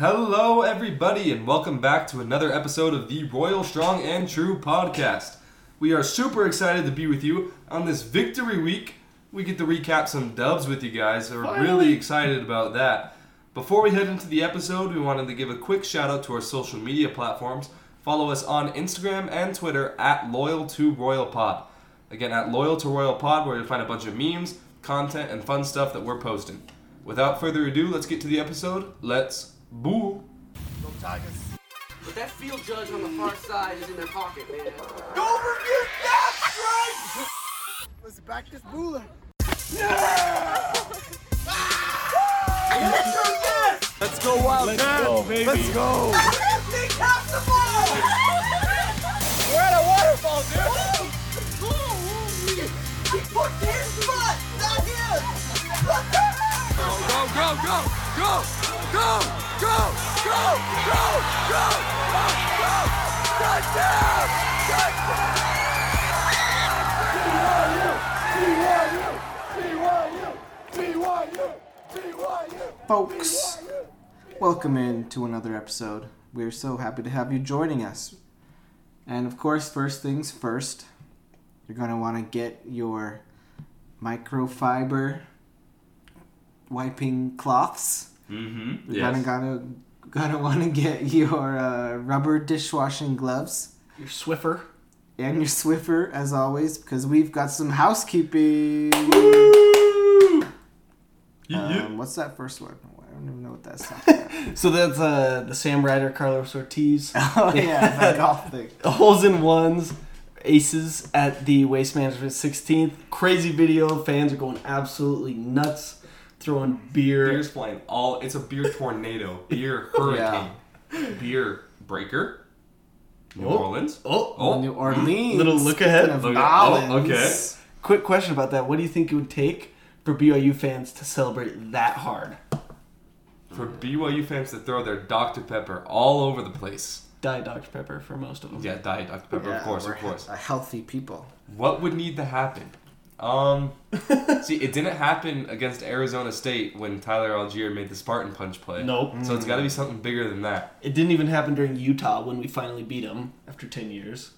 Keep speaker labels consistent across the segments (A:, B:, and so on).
A: Hello, everybody, and welcome back to another episode of the Royal Strong and True podcast. We are super excited to be with you on this victory week. We get to recap some dubs with you guys. We're really
B: Finally.
A: excited about that. Before we head into the episode, we wanted to give a quick shout out to our social media platforms. Follow us on Instagram and Twitter at Loyal to Royal Pod. Again, at Loyal to Royal Pod, where you'll find a bunch of memes, content, and fun stuff that we're posting. Without further ado, let's get to the episode. Let's boo.
C: Go Tigers.
D: But that field judge on the far side is in their pocket, man.
C: Let's back this Bula.
E: Folks, welcome in to another episode. We're so happy to have you joining us. And of course, first things first, you're going to want to get your microfiber wiping cloths.
A: Mm-hmm.
E: You're gonna, gonna, gonna want to get your uh, rubber dishwashing gloves
B: Your Swiffer.
E: and your Swiffer, as always, because we've got some housekeeping. Um, what's that first one? I don't even know what that's.
B: So that's uh, the Sam Ryder, Carlos Ortiz.
E: oh yeah, that golf thing.
B: Holes in ones, aces at the Waste Management 16th. Crazy video. Fans are going absolutely nuts, throwing beer.
A: Beer's flying all. It's a beer tornado. Beer hurricane. Beer breaker. New
B: Oh.
A: Orleans.
B: Oh,
A: Oh.
E: New Orleans.
B: Little look ahead.
E: Speaking of
A: Look
E: Orleans,
A: at- oh, okay.
B: quick question about that. What do you think it would take for BYU fans to celebrate that hard?
A: For BYU fans to throw their Dr Pepper all over the place.
B: Die Dr. Pepper for most of them.
A: Yeah, diet Dr Pepper.
E: Yeah,
A: of course,
E: we're
A: of course.
E: he- A healthy people.
A: What would need to happen? Um, see, it didn't happen against Arizona State when Tyler Algier made the Spartan punch play.
B: Nope.
A: So it's
E: Mm.
A: got to be something bigger than that.
B: It didn't even happen during Utah when we finally beat them after 10 years.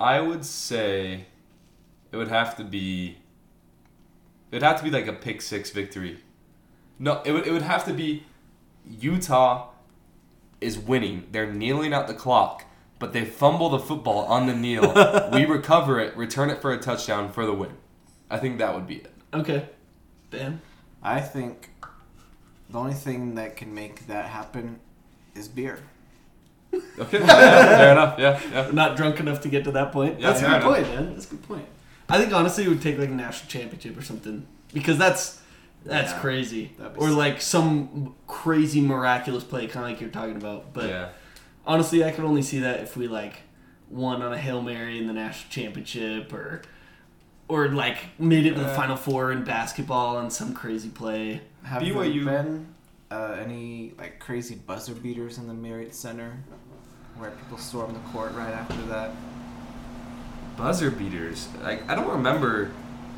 A: I would say it would have to be. It'd have to be like a pick six victory. No, it would it would have to be Utah is winning. They're kneeling out the clock, but they fumble the football on the kneel. we recover it, return it for a touchdown for the win. I think that would be it.
B: Okay. Dan?
E: I think the only thing that can make that happen is beer.
A: Okay, yeah, fair enough. Yeah, yeah.
B: not drunk enough to get to that point.
A: Yeah,
B: that's a
A: fair
B: good point, man. That's a good point. I think honestly, it would take like a national championship or something because that's that's
E: Yeah,
B: crazy,
E: that'd be
B: or
E: sick.
B: like some crazy miraculous play, kind of like you're talking about. But
A: yeah.
B: honestly, I could only see that if we like won on a hail mary in the national championship, or or like made it to the
A: Yeah.
B: final four in basketball on some crazy play.
E: Have
A: BYU.
E: there been uh, any like crazy buzzer beaters in the Marriott Center where people storm the court right after that?
A: Buzzer beaters. Like I don't remember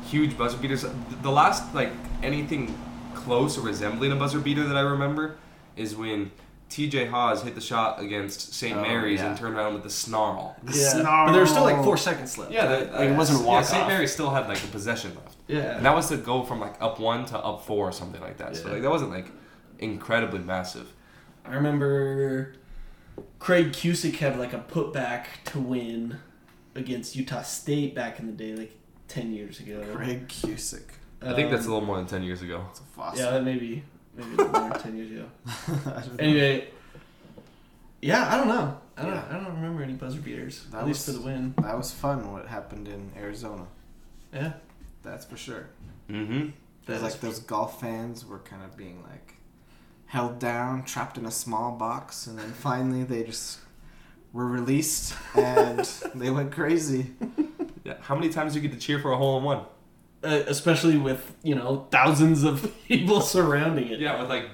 A: huge buzzer beaters. Th- The last like anything close or resembling a buzzer beater that I remember is when T.J. Hawes hit the shot against St.
E: Oh,
A: Mary's and
E: yeah.
A: turned around with a snarl.
B: but there was still like
E: Snarl.
B: four seconds left.
A: Yeah,
B: right?
A: that,
B: like it wasn't a
A: yeah,
B: walk
A: St. Mary's still had like a possession left,
B: Yeah,
A: and that was to go from like up one to up four or something like that. So
B: Yeah.
A: like that wasn't like incredibly massive.
B: I remember Craig Cusick had like a putback to win against Utah State back in the day, like ten years ago.
E: Greg Cusick.
A: I think that's a
B: Um,
A: little more than ten years ago.
E: It's a fossil.
B: yeah, that maybe maybe a little more than ten years ago.
E: I don't know.
B: Anyway, yeah, I don't know. I don't.
E: Yeah.
B: I don't remember any buzzer beaters.
E: That
B: at least for
E: was-
B: the win.
E: That was fun. What happened in Arizona?
B: Yeah.
E: That's for sure.
A: Mm-hmm.
E: There's like those golf fans were kind of being like held down, trapped in a small box, and then finally they just were released and they went crazy.
A: Yeah. How many times do you get to cheer for a hole in one?
B: Uh, especially with you know thousands of people surrounding it.
A: Yeah, with like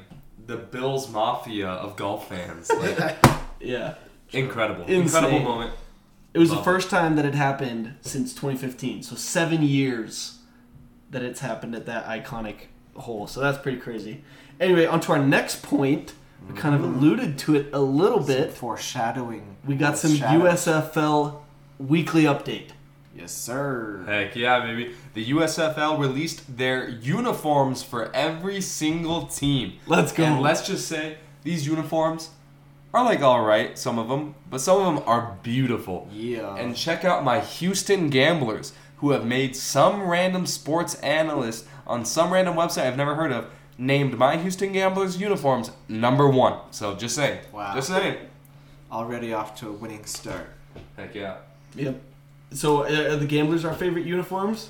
A: the Bills Mafia of golf fans. Like,
B: Yeah.
A: incredible.
B: Insane.
A: Incredible moment.
B: It was the
A: Love it.
B: first time that it happened since 2015, so seven years that it's happened at that iconic hole. So that's pretty crazy. Anyway, on to our next point, We kind of alluded to it a little bit.
E: Foreshadowing.
B: We got some
E: Shadow.
B: USFL weekly update.
E: Yes, sir.
A: Heck yeah, baby. The USFL released their uniforms for every single team.
B: Let's go.
A: And let's just say these uniforms are like all right, some of them, but some of them are beautiful.
E: Yeah.
A: And check out my Houston Gamblers, who have made some random sports analyst on some random website I've never heard of named my Houston Gamblers uniforms number one. So just saying.
E: Wow.
A: Just saying.
E: Already off to a winning start.
A: Heck yeah.
B: Yep. So uh, are the Gamblers our favorite uniforms?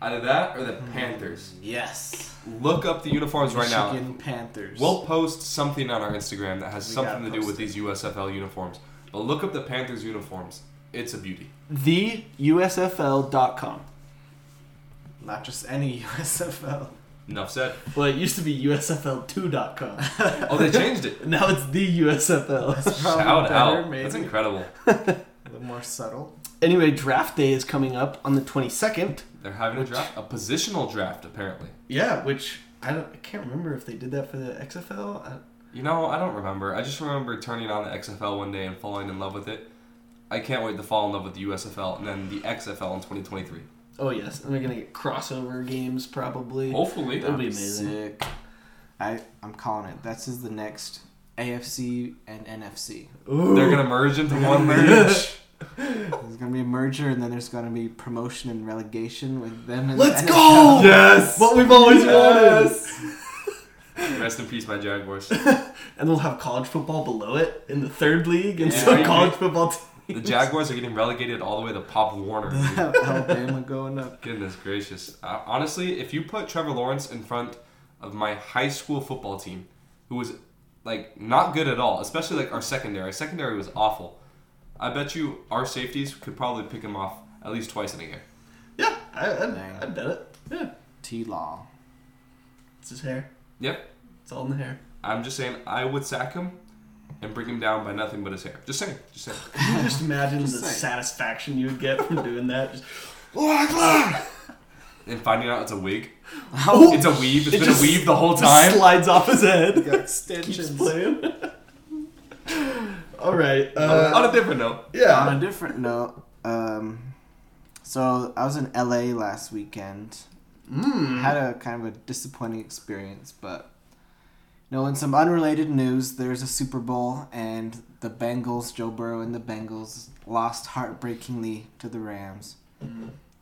A: Either that or the
E: Hmm.
A: Panthers.
E: Yes.
A: Look up the uniforms right now.
E: Michigan Panthers.
A: We'll post something on our Instagram that has
E: We
A: something
E: gotta
A: to do with
E: post
A: these
E: it.
A: USFL uniforms. But look up the Panthers uniforms. It's a beauty.
B: TheUSFL.com.
E: not just any USFL.
A: Enough said.
B: Well, it used to be USFL2.com.
A: Oh, they changed it.
B: now it's the USFL.
E: Probably
A: Shout
E: better,
A: out.
E: maybe.
A: That's incredible.
E: A little more subtle.
B: anyway, draft day is coming up on the 22nd.
A: They're having a draft, a positional draft apparently.
B: Yeah, which I don't I can't remember if they did that for the XFL. I,
A: You know, I don't remember. I just remember turning on the XFL one day and falling in love with it. I can't wait to fall in love with the USFL and then the XFL in 2023.
B: oh yes, and they're gonna get crossover games probably.
A: Hopefully.
B: That'd be amazing.
E: Sick. I I'm calling it. That's is the next AFC and NFC.
B: Ooh.
A: They're gonna merge into one league.
E: merge. There's gonna be a merger, and then there's gonna be promotion and relegation with them. And
B: Let's
E: the
B: go!
E: NFL.
A: Yes.
B: What we've always wanted.
A: Rest in peace, my Jaguars.
B: And they'll have college football below it in the third league, and
A: Yeah,
B: so
A: you
B: college
A: could-
B: football. Teams.
A: The Jaguars are getting relegated all the way to Pop Warner. dude.
E: Alabama going up.
A: Goodness gracious. Uh, honestly, if you put Trevor Lawrence in front of my high school football team, who was like not good at all, especially like our secondary, our secondary was awful. I bet you our safeties could probably pick him off at least twice in a game.
B: Yeah, I, I,
E: Dang.
B: I bet it. Yeah,
E: T Law.
B: it's his hair.
A: Yep.
B: It's all in the hair.
A: I'm just saying I would sack him and bring him down by nothing but his hair. Just saying. Just saying.
B: Can you just imagine
E: Just
B: the
E: saying.
B: satisfaction you would get from doing that? Just,
A: And finding out it's a wig.
E: Oh,
A: It's a weave. It's
B: It
A: been
B: just-
A: a weave the whole
B: just
A: time.
B: slides off his head.
E: got
B: Keeps
E: extensions.
B: playing. all right. Uh,
A: On a different note.
E: On
B: yeah.
E: a different note, um, so I was in LA last weekend.
A: Hmm.
B: Mm.
E: Had a kind of a disappointing experience, but you know, in some unrelated news, there's a Super Bowl and the Bengals, Joe Burrow and the Bengals lost heartbreakingly to the Rams.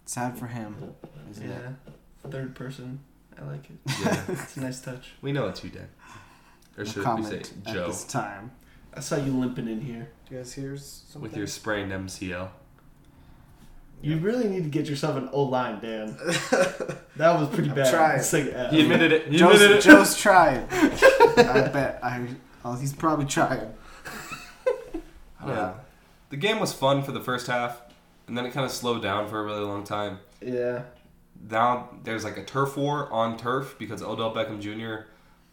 E: Sad for him, isn't it?
B: Mm, Yeah. Third person. I like it. It's a nice touch.
A: we know it's you, Dan. Or
E: No
A: should we say
E: comment at
A: Joe
E: this time.
B: I saw you limping in here.
E: Do you guys hear something?
A: with your sprained MCL?
B: You really need to get yourself an O line, Dan. That was pretty
E: I'm
B: bad. uh,
E: trying.
B: Second half.
A: He admitted it. He admitted
E: Joe's,
A: it.
E: Joe's trying. I bet. I. Oh, he's probably trying.
A: Yeah. The game was fun for the first half, and then it kind of slowed down for a really long time.
B: Yeah.
A: Now there's like a turf war on turf because Odell Beckham Jr.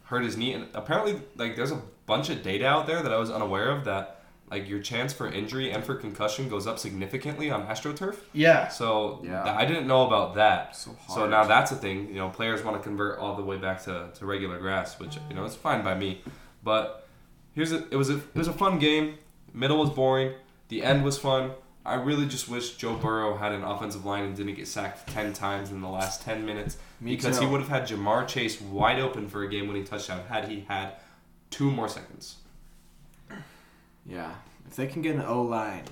A: hurt his knee, and apparently like there's a bunch of data out there that I was unaware of that like your chance for injury and for concussion goes up significantly on AstroTurf.
B: Yeah.
A: So
E: Yeah.
A: th- I didn't know about that.
E: So
A: So
E: hard.
A: now that's a thing. You know, players want to convert all the way back to, to regular grass, which you know it's fine by me. But here's a, it was a it was a fun game. Middle was boring. The end was fun. I really just wish Joe Burrow had an offensive line and didn't get sacked ten times in the last ten minutes
E: Me
A: because
E: too.
A: he would have had Jamar Chase wide open for a game-winning touchdown had he had two more seconds.
E: Yeah. If they can get an O line,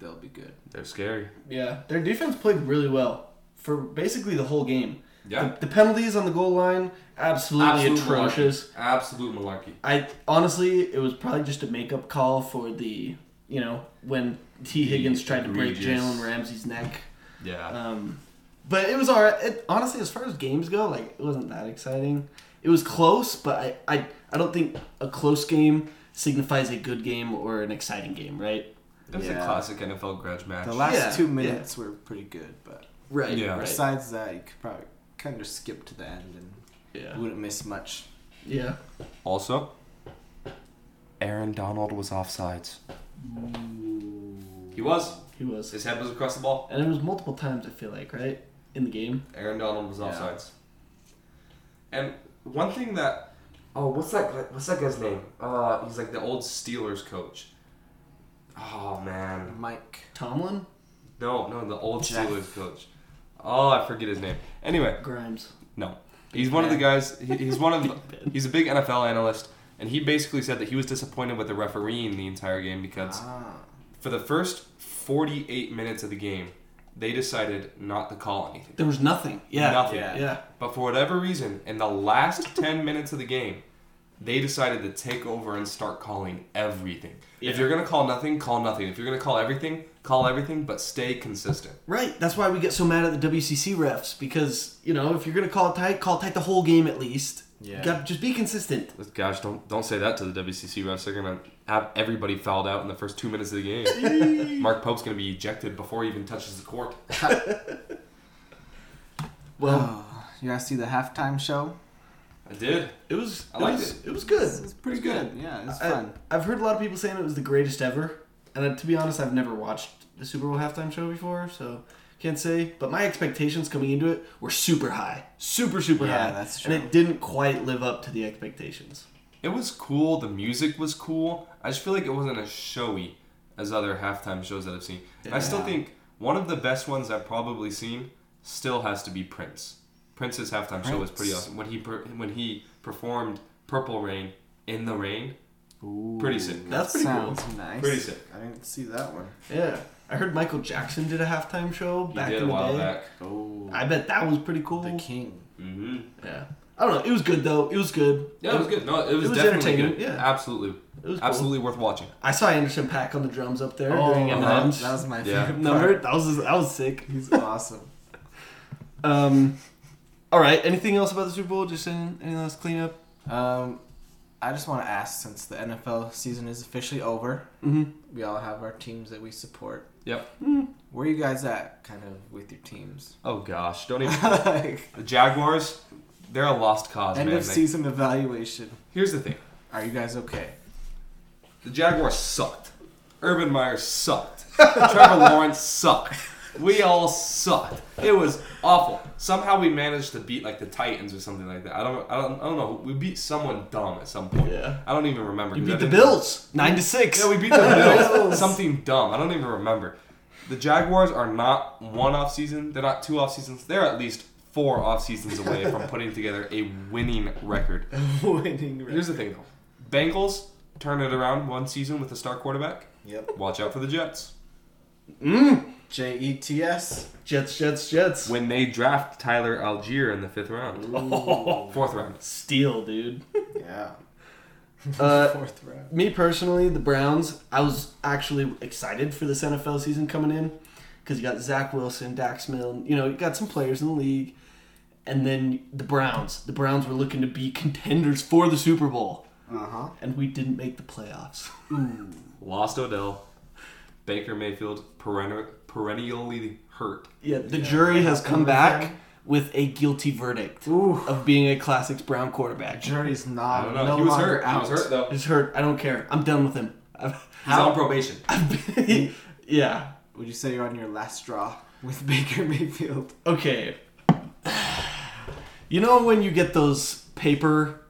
E: they'll be good.
A: They're scary.
B: Yeah. Their defense played really well for basically the whole game.
A: Yeah.
B: The, the penalties on the goal line absolutely
A: Absolute
B: atrocious.
A: malarkey. Absolute malarkey.
B: I honestly, it was probably just a makeup call for the, you know, when T. Higgins tried to break
A: Egregious.
B: Jalen Ramsey's neck.
A: Yeah.
B: Um, but it was all right. It, honestly, as far as games go, like it wasn't that exciting. It was close, but I, I, I don't think a close game signifies a good game or an exciting game, right?
A: It was
E: Yeah.
A: a classic NFL grudge match.
E: The last
B: Yeah,
E: two
B: yeah.
E: minutes were pretty good, but
B: Right.
A: Yeah.
B: Right.
E: besides that, you could probably kind of skip to the end and you
B: Yeah.
E: wouldn't miss much.
B: Yeah.
A: also, Aaron Donald was offsides. He was.
B: He was,
A: His head was across the ball.
B: and it was multiple times. I feel like right in the game.
A: Aaron Donald was
E: Yeah.
A: offsides. And one thing that Oh, what's that? guy- What's that guy's name? Uh, he's like the old Steelers coach. Oh man,
E: Mike.
B: Tomlin?
A: no, no, the old
E: Jeff.
A: Steelers coach. Oh, I forget his name. Anyway,
B: Grimes.
A: no, he's one of the
E: Ben.
A: guys. he- He's one of.
B: Big
A: The,
B: Ben.
A: he's a big NFL analyst, and he basically said that he was disappointed with the refereeing the entire game because
E: Ah.
A: for the first forty-eight minutes of the game, they decided not to call anything.
B: There was nothing. Yeah.
A: Nothing.
B: Yeah.
A: But for whatever reason, in the last 10 minutes of the game, they decided to take over and start calling everything. If
B: Yeah.
A: you're going to call nothing, call nothing. If you're going to call everything, call everything, but stay consistent.
B: Right. That's why we get so mad at the WCC refs because, you know, if you're going to call it tight, call it tight the whole game at least.
E: Yeah.
B: You gotta- just be consistent.
A: Gosh, don't don't say that to the WCC refs. They're going to have everybody fouled out in the first two minutes of the game. Mark Pope's going to be ejected before he even touches the court.
B: Well,
E: Oh, you guys see the halftime show?
A: I did.
B: it was
A: I
B: it
A: liked
B: was,
A: it.
B: it was good.
E: It's pretty
A: It's
E: good.
A: good.
E: Yeah, it's
B: I-
E: fun.
B: I've heard a lot of people saying it was the greatest ever, and uh, to be honest, I've never watched the Super Bowl halftime show before, so can't say. But my expectations coming into it were super high, super super
E: Yeah,
B: high,
E: that's
B: and
E: true.
B: it didn't quite live up to the expectations.
A: It was cool. The music was cool. I just feel like it wasn't as showy as other halftime shows that I've seen. And I still
E: Yeah.
A: think one of the best ones I've probably seen still has to be Prince. Prince's halftime show was pretty
E: Prince.
A: awesome. When he per- when he performed Purple Rain in the rain, pretty sick.
B: That's pretty cool.
E: Sounds nice.
A: Pretty sick.
E: I didn't see that one.
B: Yeah, I heard Michael Jackson did a halftime show
A: he
B: back
A: did
B: in
A: a
B: the
A: while
B: day.
A: back.
E: Oh,
B: I bet that was pretty cool.
E: the king.
A: hmm
B: Yeah, I don't know. It was good though. It was good.
A: Yeah, it was good. No, it was,
B: was
A: definitely
B: entertaining,
A: good.
B: yeah.
A: absolutely,
B: It was cool.
A: absolutely worth watching.
B: I saw Anderson Pack on the drums up there
E: Oh,
B: during
E: that,
B: Eminem's
E: that was my
A: Yeah.
E: favorite
B: number.
E: part.
B: That was that was sick.
E: He's awesome.
B: Um, all right. Anything else about the Super Bowl? Just any, any last cleanup?
E: Um, I just want to ask since the NFL season is officially over,
B: Mm-hmm.
E: we all have our teams that we support.
A: Yep.
E: Where are you guys at, kind of, with your teams?
A: Oh gosh, don't even.
E: like,
A: the Jaguars, they're a lost cause,
E: end
A: man.
E: of
A: Like,
E: season evaluation.
A: here's the thing.
E: Are you guys okay?
A: The Jaguars sucked. Urban Meyer sucked. Trevor Lawrence sucked. We all sucked. It was awful. Somehow we managed to beat like the Titans or something like that. I don't, I don't, I don't know. We beat someone dumb at some point.
B: Yeah.
A: I don't even remember.
B: You
A: 'cause I
B: beat the
A: didn't-
B: Bills nine to six.
A: Yeah, we beat the Bills. something dumb. I don't even remember. The Jaguars are not one off season. They're not two off seasons. They're at least four off seasons away from putting together a winning record.
E: Winning record.
A: Here's the thing though. Bengals turn it around one season with a star quarterback.
E: Yep.
A: Watch out for the Jets.
B: Mm.
E: J E T S.
B: Jets, Jets, Jets.
A: When they draft Tyler Algier in the fifth round,
B: Oh,
A: fourth round.
B: steal, dude.
E: Yeah.
B: Uh,
E: Fourth round.
B: me personally, the Browns. I was actually excited for this NFL season coming in because you got Zach Wilson, Dax Mill. You know, you got some players in the league, and then the Browns. The Browns were looking to be contenders for the Super Bowl,
E: Uh
A: Uh-huh.
E: huh.
B: and we didn't make the playoffs.
A: Lost Odell. Baker Mayfield perenni- perennially hurt.
B: Yeah, the jury has come back
E: Okay.
B: with a guilty verdict
E: Ooh.
B: of being a classics Brown quarterback.
E: Jury's
A: I
E: not.
A: don't know.
E: No
A: he was
E: longer
A: hurt.
E: Out.
A: He was hurt though. He's
B: It's hurt. I don't care. I'm done with him. I've,
A: on probation.
B: I've been, yeah.
E: Would you say you're on your last straw with Baker Mayfield?
B: Okay. You know when you get those paper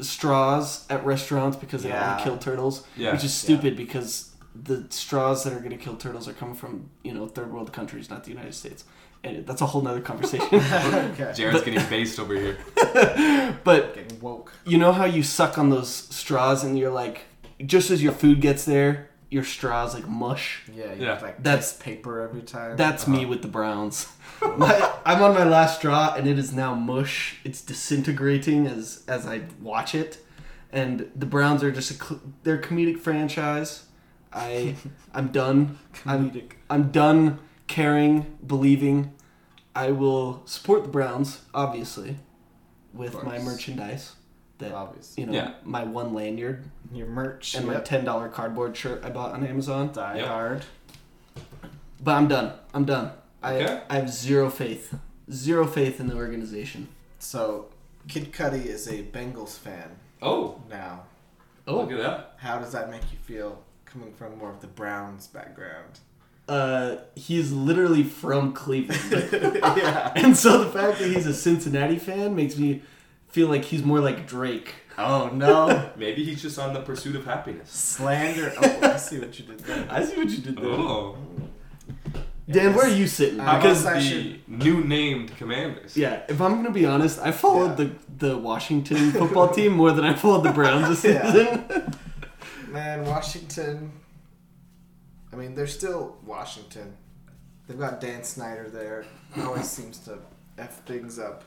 B: straws at restaurants because they don't want
E: Yeah.
B: to kill turtles,
A: Yeah.
B: which is stupid because the straws that are going to kill turtles are coming from you know third world countries, not the United States. And that's a whole nother conversation.
E: okay.
A: Jared's getting based over here.
B: but
E: Getting woke.
B: you know how you suck on those straws and you're like just as your food gets there your straws like mush
E: Yeah. You
A: Yeah.
E: yeah. Like that's
B: That's-
E: paper every time.
B: that's me with the browns my, i'm on my last straw and it is now mush it's disintegrating as as i watch it and the browns are just a cl- they're a comedic franchise i i'm done
E: Uh-huh. Comedic.
B: I'm, I'm done caring believing i will support the browns obviously with my
E: course.
B: merchandise that
E: Obviously.
B: you know
A: Yeah.
B: my one lanyard
E: Your merch.
B: and my
E: yep.
B: ten dollar cardboard shirt I bought on Amazon.
E: Die
A: Yep.
E: hard.
B: But I'm done. I'm done. I
A: Okay.
B: I have zero faith. Zero faith in the organization.
E: So, Kid Cudi is a Bengals fan
A: Oh,
E: now.
A: look at that.
E: How does that make you feel coming from more of the Browns background?
B: Uh, he's literally from Cleveland,
E: yeah.
B: and so the fact that he's a Cincinnati fan makes me feel like he's more like Drake.
E: Oh no.
A: Maybe he's just on the pursuit of happiness.
E: Slander. Oh, I see what you did there.
B: I see what you did there.
A: Oh,
B: Dan, where are you sitting?
E: Uh,
A: because
B: Because
E: I
A: the
E: should-
A: new named commanders.
B: yeah, if I'm gonna be honest, I followed
E: Yeah.
B: the the Washington football team more than I followed the Browns this
E: Yeah.
B: season.
E: Man, Washington. I mean, they're still Washington. They've got Dan Snyder there. He always seems to f things up.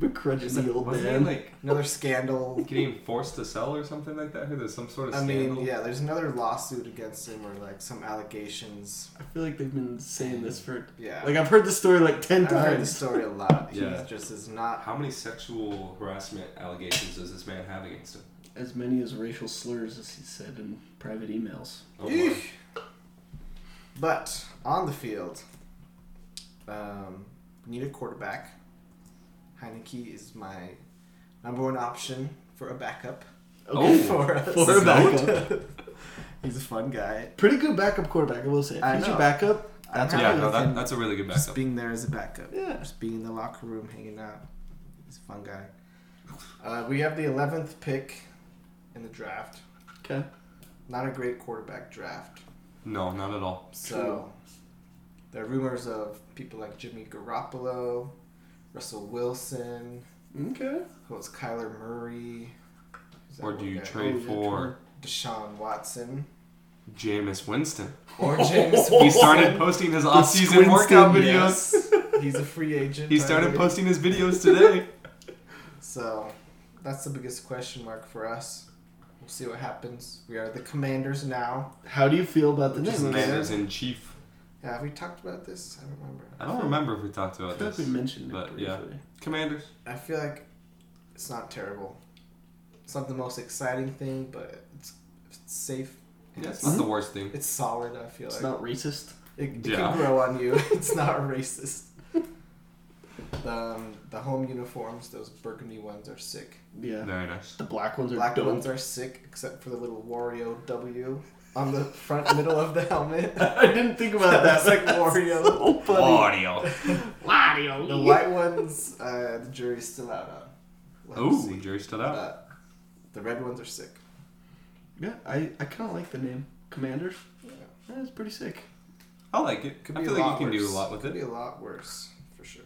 B: Begrudgingly old
A: Wasn't he
B: man.
A: like
E: Another scandal.
A: getting forced to sell or something like that? Or there's some sort of
E: I
A: scandal.
E: mean, yeah, there's another lawsuit against him or like some allegations.
B: I feel like they've been saying this for
E: Yeah.
B: like I've heard the story like 10
E: I've heard the
B: times.
E: story a lot. He
A: Yeah.
E: just is not.
A: How many sexual harassment allegations does this man have against him?
B: As many as racial slurs as he said in private emails.
A: Oh,
E: Eek.
A: wow.
E: But on the field, um, we need a quarterback. Heineke is my number one option for a backup.
A: Okay. Oh.
E: for us.
B: For a backup.
E: He's a fun guy.
B: Pretty good backup quarterback, I will say. If
E: I
B: he's
E: know.
B: your backup,
E: That's
B: that's
E: I'm
A: yeah,
E: happy
A: no,
E: with
A: that,
E: him.
A: that's a really good
E: Just
A: backup.
E: being there as a backup.
B: Yeah.
E: Just being in the locker room, hanging out. He's a fun guy. Uh, we have the 11th pick in the draft.
B: okay.
E: Not a great quarterback draft.
A: No, not at all.
E: So there are rumors of people like Jimmy Garoppolo, Russell Wilson,
B: Okay.
E: who else? Kyler Murray. Who's that
A: Or
E: one
A: do you
E: guy?
A: trade
B: Oh, yeah,
A: for
E: Deshaun Watson
A: Jameis Winston?
E: or James?
A: He
E: oh.
A: started posting his off-season workout videos.
E: He's a free agent.
A: He started
E: already.
A: posting his videos today.
E: So that's the biggest question mark for us. We'll see what happens. We are the commanders now.
B: How do you feel about the
E: Which is
B: Jameis?
E: amazing.
A: Commanders in chief.
E: Yeah, have we talked about this? I don't remember.
A: I don't remember if we talked
B: I
A: about
B: thought we
A: this.
B: mentioned it
A: but,
B: briefly.
A: yeah. Commanders.
E: I feel like it's not terrible. It's not the most exciting thing, but it's, it's safe.
A: Yeah, it's
E: Hmm?
A: not the worst thing.
E: It's solid, I feel
B: It's
E: like.
B: not racist.
E: it it
A: Yeah.
E: can grow on you. it's not racist. the, um, the home uniforms, those burgundy ones, are sick.
B: Yeah.
A: Very nice.
B: The black ones are
E: Black
B: dope.
E: ones are sick, except for the little Wario W on the front middle of the helmet.
B: I didn't think about that.
E: That's like Wario.
B: So funny.
A: Audio.
E: The white ones, uh, the jury's still out on. We'll have to
A: Ooh,
E: see.
A: jury stood out.
E: But the red ones are sick.
B: Yeah, I, I kind of like the name Commanders. Yeah, it's pretty sick.
A: I like it.
E: Could
A: I
E: be
A: feel
E: a lot
A: like you can do
E: worse.
A: a lot with
E: Could be
A: it.
E: a lot worse for sure.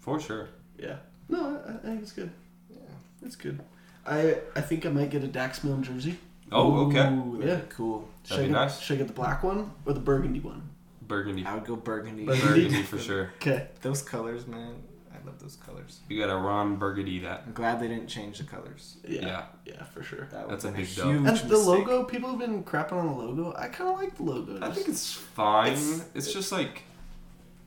A: For sure.
B: Yeah. No, I, I think it's good.
E: Yeah.
B: It's good. I I think I might get a Dax Milne jersey.
A: Oh, okay.
E: Ooh,
B: Yeah.
E: cool.
B: Should
A: That'd
B: I
A: be
B: get,
A: nice.
B: Should I get the black one or the burgundy one?
A: Burgundy.
E: I would go burgundy.
B: Burgundy.
A: Burgundy for sure.
B: Okay.
E: Those colors, man. I love those colors.
A: You gotta Ron Burgundy that.
E: I'm glad they didn't change the colors.
B: Yeah. Yeah,
A: Yeah.
B: for sure.
E: That
A: That's
E: would've
A: a
E: been
A: big dub.
E: huge
B: And the
E: mistake.
B: logo, people have been crapping on the logo. I kind of like the logo.
A: I
B: Just-
A: think it's fine. It's,
E: It's-
A: just like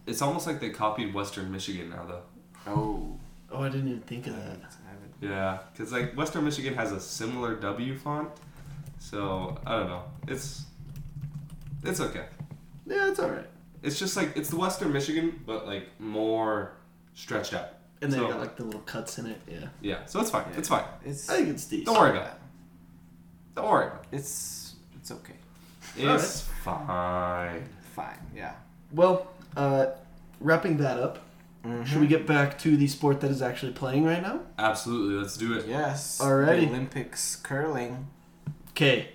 A: it's almost like they copied Western Michigan now though.
E: Oh.
B: Oh, I didn't even think of
E: I
B: that.
E: haven't-
A: Yeah, because like Western Michigan has a similar W font, so I don't know. It's it's okay.
B: Yeah, it's all right.
A: It's just like it's the Western Michigan, but like more stretched out.
B: And they
A: So-
B: got like the little cuts in it. Yeah.
A: Yeah, so it's fine.
E: Yeah.
A: It's fine.
E: It's
B: I think it's decent.
A: Don't worry about it. Don't worry. about
E: it's it's okay.
A: it. It's fine.
E: Fine. Yeah.
B: Well, uh, wrapping that up, should
A: Mm-hmm.
B: we get back to the sport that is actually playing right now?
A: Absolutely, let's do it.
E: Yes.
B: Alrighty.
E: The Olympics curling.
B: Okay.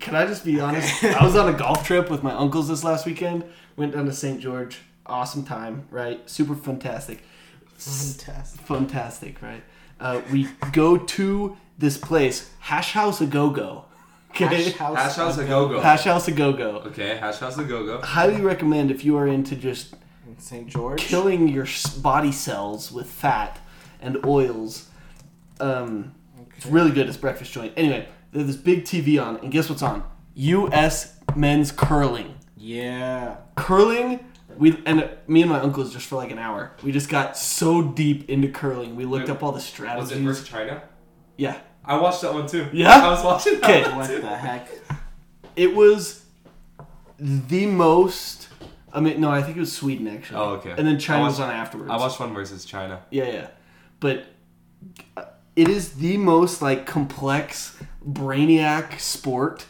B: Can I just be honest? I was on a golf trip with my uncles this last weekend. Went down to St. George. Awesome time, right? Super fantastic.
E: Fantastic.
B: Fantastic, right? Uh, we go to this place, Hash House a Go Go. Okay?
E: Hash house.
A: Hash House a Go Go.
B: Hash House a Go Go.
A: Okay, Hash House a Go Go.
B: Highly recommend if you are into just
E: in St. George.
B: killing your s- body cells with fat and oils. Um, It's really good. It's a breakfast joint. Anyway, there's this big TV on, and guess what's on? U.S. men's curling.
E: Yeah.
B: Curling. We and me and my uncles just for like an hour. We just got so deep into curling. We looked
A: Wait,
B: up all the
A: Was
B: strategies.
A: it versus China?
B: yeah,
A: I watched that one too.
B: Yeah?
A: I was watching that.
B: Okay.
A: one.
E: What the heck?
B: it was the most. I mean, no, I think it was Sweden actually.
A: Oh, okay.
B: And then China
A: I
B: was
A: watched-
B: on afterwards.
A: I watched one versus China.
B: Yeah, yeah. But uh, it is the most like complex brainiac sport.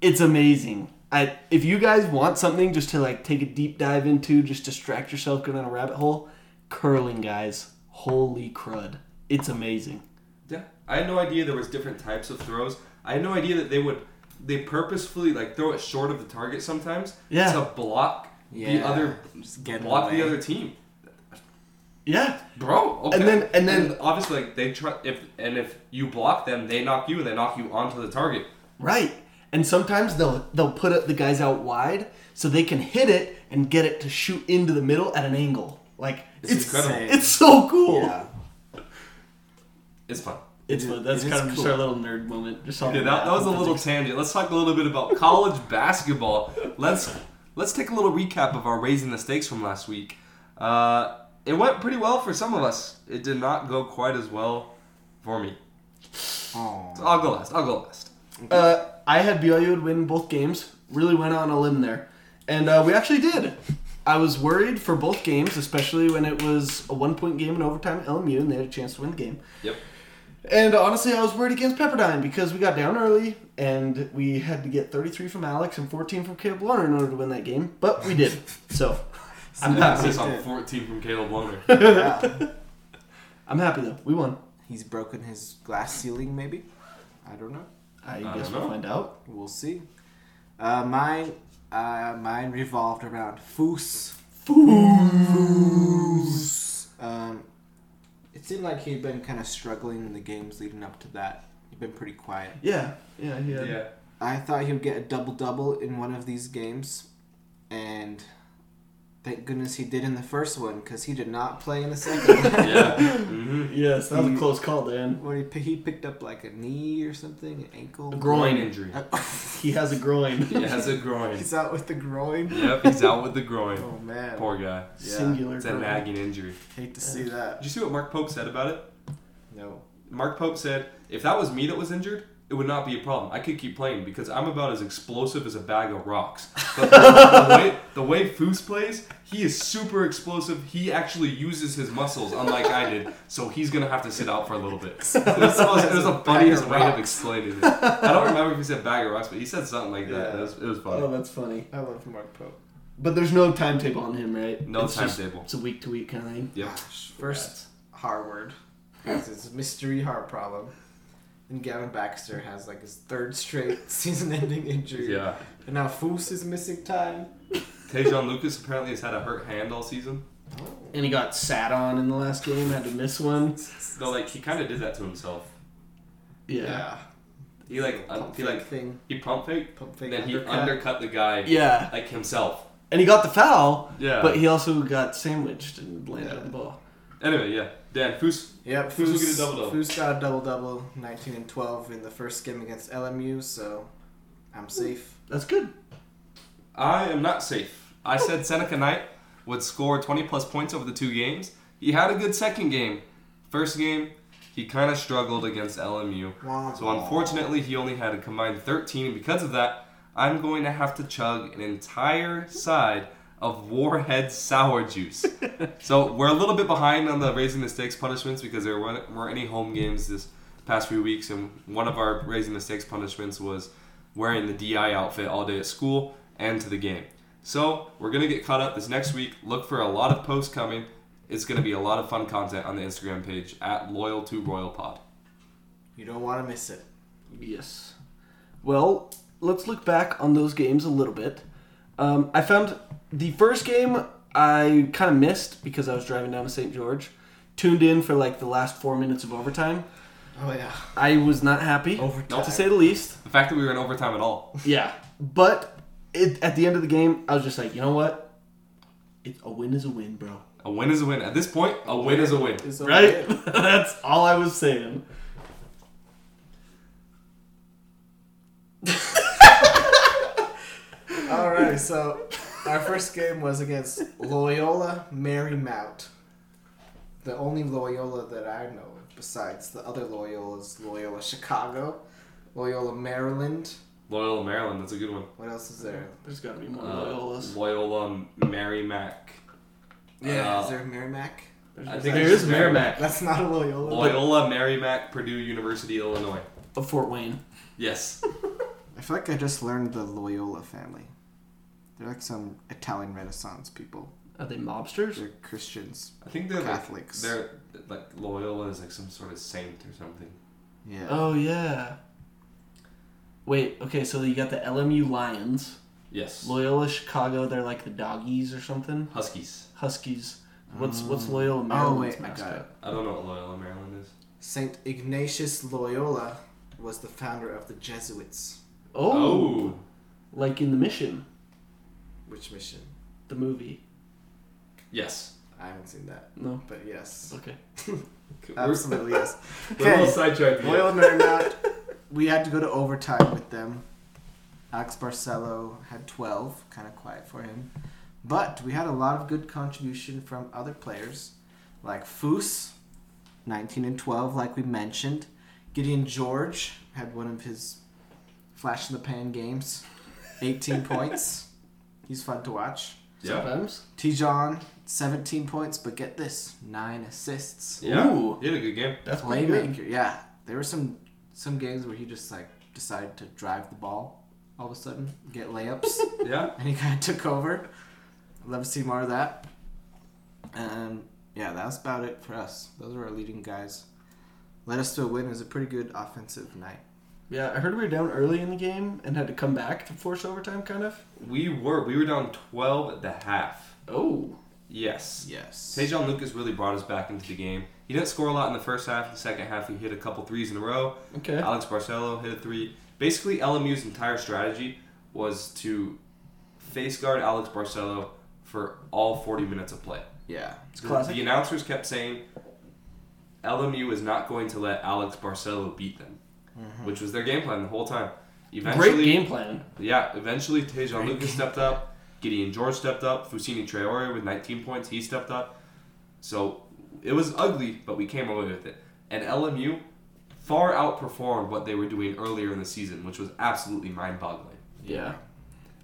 B: It's amazing. I if you guys want something just to like take a deep dive into, just distract yourself, go down a rabbit hole, curling guys. Holy crud. It's amazing.
A: Yeah, I had no idea there was different types of throws. I had no idea that they would they purposefully like throw it short of the target sometimes
B: Yeah.
A: to block the
E: Yeah,
A: other
E: just get in
A: block
E: the
A: the
E: way.
A: other team.
B: Yeah.
A: Bro, okay.
B: And then- and then-
A: obviously like, they try if and if you block them, they knock you and they knock you onto the target.
B: Right. And sometimes they'll they'll put up the guys out wide so they can hit it and get it to shoot into the middle at an angle. Like it's it's,
A: incredible.
B: so cool.
A: It's fun.
B: It's
E: It is-
B: that's
E: it is
B: kind of just
E: cool.
B: our little nerd moment. Just
A: Yeah, that, that was a little tangent. Let's talk a little bit about college basketball. Let's let's take a little recap of our raising the stakes from last week. Uh, it went pretty well for some of us. It did not go quite as well for me. So
E: Aw.
A: I'll go last. I'll go last.
B: Uh, I had BYU would win both games. Really went on a limb there, and uh, we actually did. I was worried for both games, especially when it was a one-point game in overtime at LMU, and they had a chance to win the game.
A: Yep.
B: And honestly, I was worried against Pepperdine because we got down early and we had to get 33 from Alex and 14 from Caleb Warner in order to win that game, but we did. So I'm happy.
A: Emphasis on 14 from Caleb Warner.
E: Yeah.
B: I'm happy though. We won.
E: He's broken his glass ceiling, maybe? I don't know.
B: I,
A: I
B: guess
A: don't
B: we'll
A: know.
B: find out.
E: We'll see. Uh, mine, uh, mine revolved around Foos. Foos. Um, it seemed like he'd been kind of struggling in the games leading up to that. He'd been pretty quiet.
B: Yeah, yeah, yeah.
A: yeah.
E: I thought he would get a double double in one of these games, and thank goodness he did in the first one because he did not play in the second. one.
A: Yeah. hmm
B: Yes, that was a close call, Dan.
E: What he, pi- he picked up like a knee or something, an ankle, Uh,
B: A
A: Groin injury.
B: He has a groin.
A: He has a groin.
E: He's out with the groin.
A: Yep, he's out with the groin.
E: Oh man,
A: Poor guy.
B: Singular
A: It's a
B: groin.
A: nagging injury.
E: hate to see that.
A: Did you see what Mark Pope said about it?
E: No.
A: Mark Pope said, if that was me that was injured, it would not be a problem. I could keep playing because I'm about as explosive as a bag of rocks. But the, way, the way Foose plays, he is super explosive. He actually uses his muscles, unlike I did. So he's going to have to sit out for a little bit. It was, the most- it was the funniest way of explaining it. I don't remember if he said bag of rocks, but he said something like that.
E: Yeah.
A: It, was, it was funny.
B: Oh, that's funny.
E: I love Mark Pope.
B: But there's no timetable on him, right?
A: No
B: It's just-
A: timetable.
B: It's a week to week kind of thing.
A: Yep.
E: First Harvard has his mystery heart problem, and Gavin Baxter has like his third straight season-ending injury.
A: Yeah.
E: And now Foose is missing time.
A: Tejon Lucas apparently has had a hurt hand all season.
B: And he got sat on in the last game, had to miss one.
A: Though, like, he kind of did that to himself.
B: Yeah.
A: He, like, un-
E: Pump
A: he,
E: fake
A: like,
E: thing.
A: he pump faked.
E: Pump fake
A: And then he
E: undercut.
A: undercut the guy
B: Yeah.
A: like himself.
B: And he got the foul,
A: Yeah.
B: but he also got sandwiched and landed
E: Yeah.
B: on the ball.
A: Anyway, yeah. Dan Foos.
E: Yep,
A: Foose will
E: Foose,
A: get a double-double.
E: Foose got a double double, 19 and 12 in the first game against LMU, so I'm safe.
B: That's good.
A: I am not safe. I said Seneca Knight would score 20 plus points over the two games. He had a good second game. First game, he kind of struggled against LMU.
E: Wow.
A: So unfortunately, he only had a combined 13. And because of that, I'm going to have to chug an entire side of Warhead sour juice. so we're a little bit behind on the raising the stakes punishments because there weren't, weren't any home games this past few weeks, and one of our raising the stakes punishments was wearing the DI outfit all day at school and to the game. So we're gonna get caught up this next week. Look for a lot of posts coming. It's gonna be a lot of fun content on the Instagram page at loyal to royal pod.
E: You don't want to miss it.
B: Yes. Well, let's look back on those games a little bit. Um, I found the first game I kind of missed because I was driving down to St. George. Tuned in for like the last four minutes of overtime.
E: Oh, yeah.
B: I was not happy,
E: Overtime.
B: to say the least.
A: The fact that we were in overtime at all.
B: Yeah. But it, at the end of the game, I was just like, you know what? It, a win is a win, bro.
A: A win is a win. At this point, a win is a win.
E: It's
B: Right?
E: okay.
B: That's all I was saying.
E: All right, so our first game was against Loyola Marymount. The only Loyola that I know of, besides the other Loyolas, Loyola Chicago, Loyola Maryland.
A: Loyola Maryland, that's a good one.
E: What else is there?
B: There's got to be more
A: Uh,
B: Loyolas.
A: Loyola Merrimack.
E: Yeah,
A: Uh,
E: is there a Merrimack?
A: I think
B: there
A: it's
B: is
A: Merrimack.
E: That's not a Loyola.
A: Loyola Merrimack, Purdue University, Illinois.
B: Of Fort Wayne.
A: Yes.
E: I feel like I just learned the Loyola family. They're like some Italian Renaissance people.
B: Are they mobsters?
E: They're Christians.
A: I think they're
E: Catholics.
A: Like, they're like Loyola is like some sort of saint or something.
E: Yeah.
B: Oh yeah. Wait. Okay. So you got the LMU Lions,
A: Yes.
B: Loyola Chicago. They're like the doggies or something.
A: Huskies.
B: Huskies. What's what's Loyola
E: Oh,
B: Maryland's
E: wait, I
B: mascot?
E: got it.
A: I don't know what Loyola Maryland is.
E: Saint Ignatius Loyola was the founder of the Jesuits.
B: Oh,
A: Oh.
B: like in the Mission,
E: Which mission?
B: the movie.
A: Yes.
E: I haven't seen that,
B: No.
E: but yes.
B: Okay.
A: We're-
E: Absolutely yes.
A: We're a little
E: Okay.
A: sidetracked. here.
E: Loyola Marymount. We had to go to overtime with them. Alex Barcelo had 12, kind of quiet for him. But we had a lot of good contribution from other players, like Foos, 19 and 12, like we mentioned. Gideon George had one of his flash in the pan games, 18 points. He's fun to watch.
A: Yeah.
B: Sometimes.
E: Tijon, 17 points, but get this, 9 assists.
A: Yeah.
B: Ooh.
A: He had a good game.
B: That's pretty good.
E: Playmaker, yeah. There were some some games where he just like decided to drive the ball all of a sudden, get layups,
A: Yeah.
E: and he kind of took over. I'd love to see more of that. And yeah, that's about it for us. Those are our leading guys. Led us to a win. It was a pretty good offensive night.
B: Yeah, I heard we were down early in the game and had to come back to force overtime, kind of.
A: We were we were down twelve at the half.
B: Oh.
A: Yes.
E: Yes.
A: Tejon Lucas really brought us back into the game. He didn't score a lot in the first half. The second half, he hit a couple threes in a row.
B: Okay.
A: Alex Barcelo hit a three. Basically, LMU's entire strategy was to face guard Alex Barcelo for all 40 minutes of play.
E: Yeah.
B: It's classic.
A: The announcers kept saying LMU is not going to let Alex Barcelo beat them, which was their game plan the whole time. Eventually,
B: Mm-hmm. Great game plan.
A: Yeah, eventually Tejon Lucas stepped up, Gideon George stepped up, Fusini Traore with 19 points, he stepped up. So it was ugly, but we came away with it. And LMU far outperformed what they were doing earlier in the season, which was absolutely mind-boggling.
B: Yeah.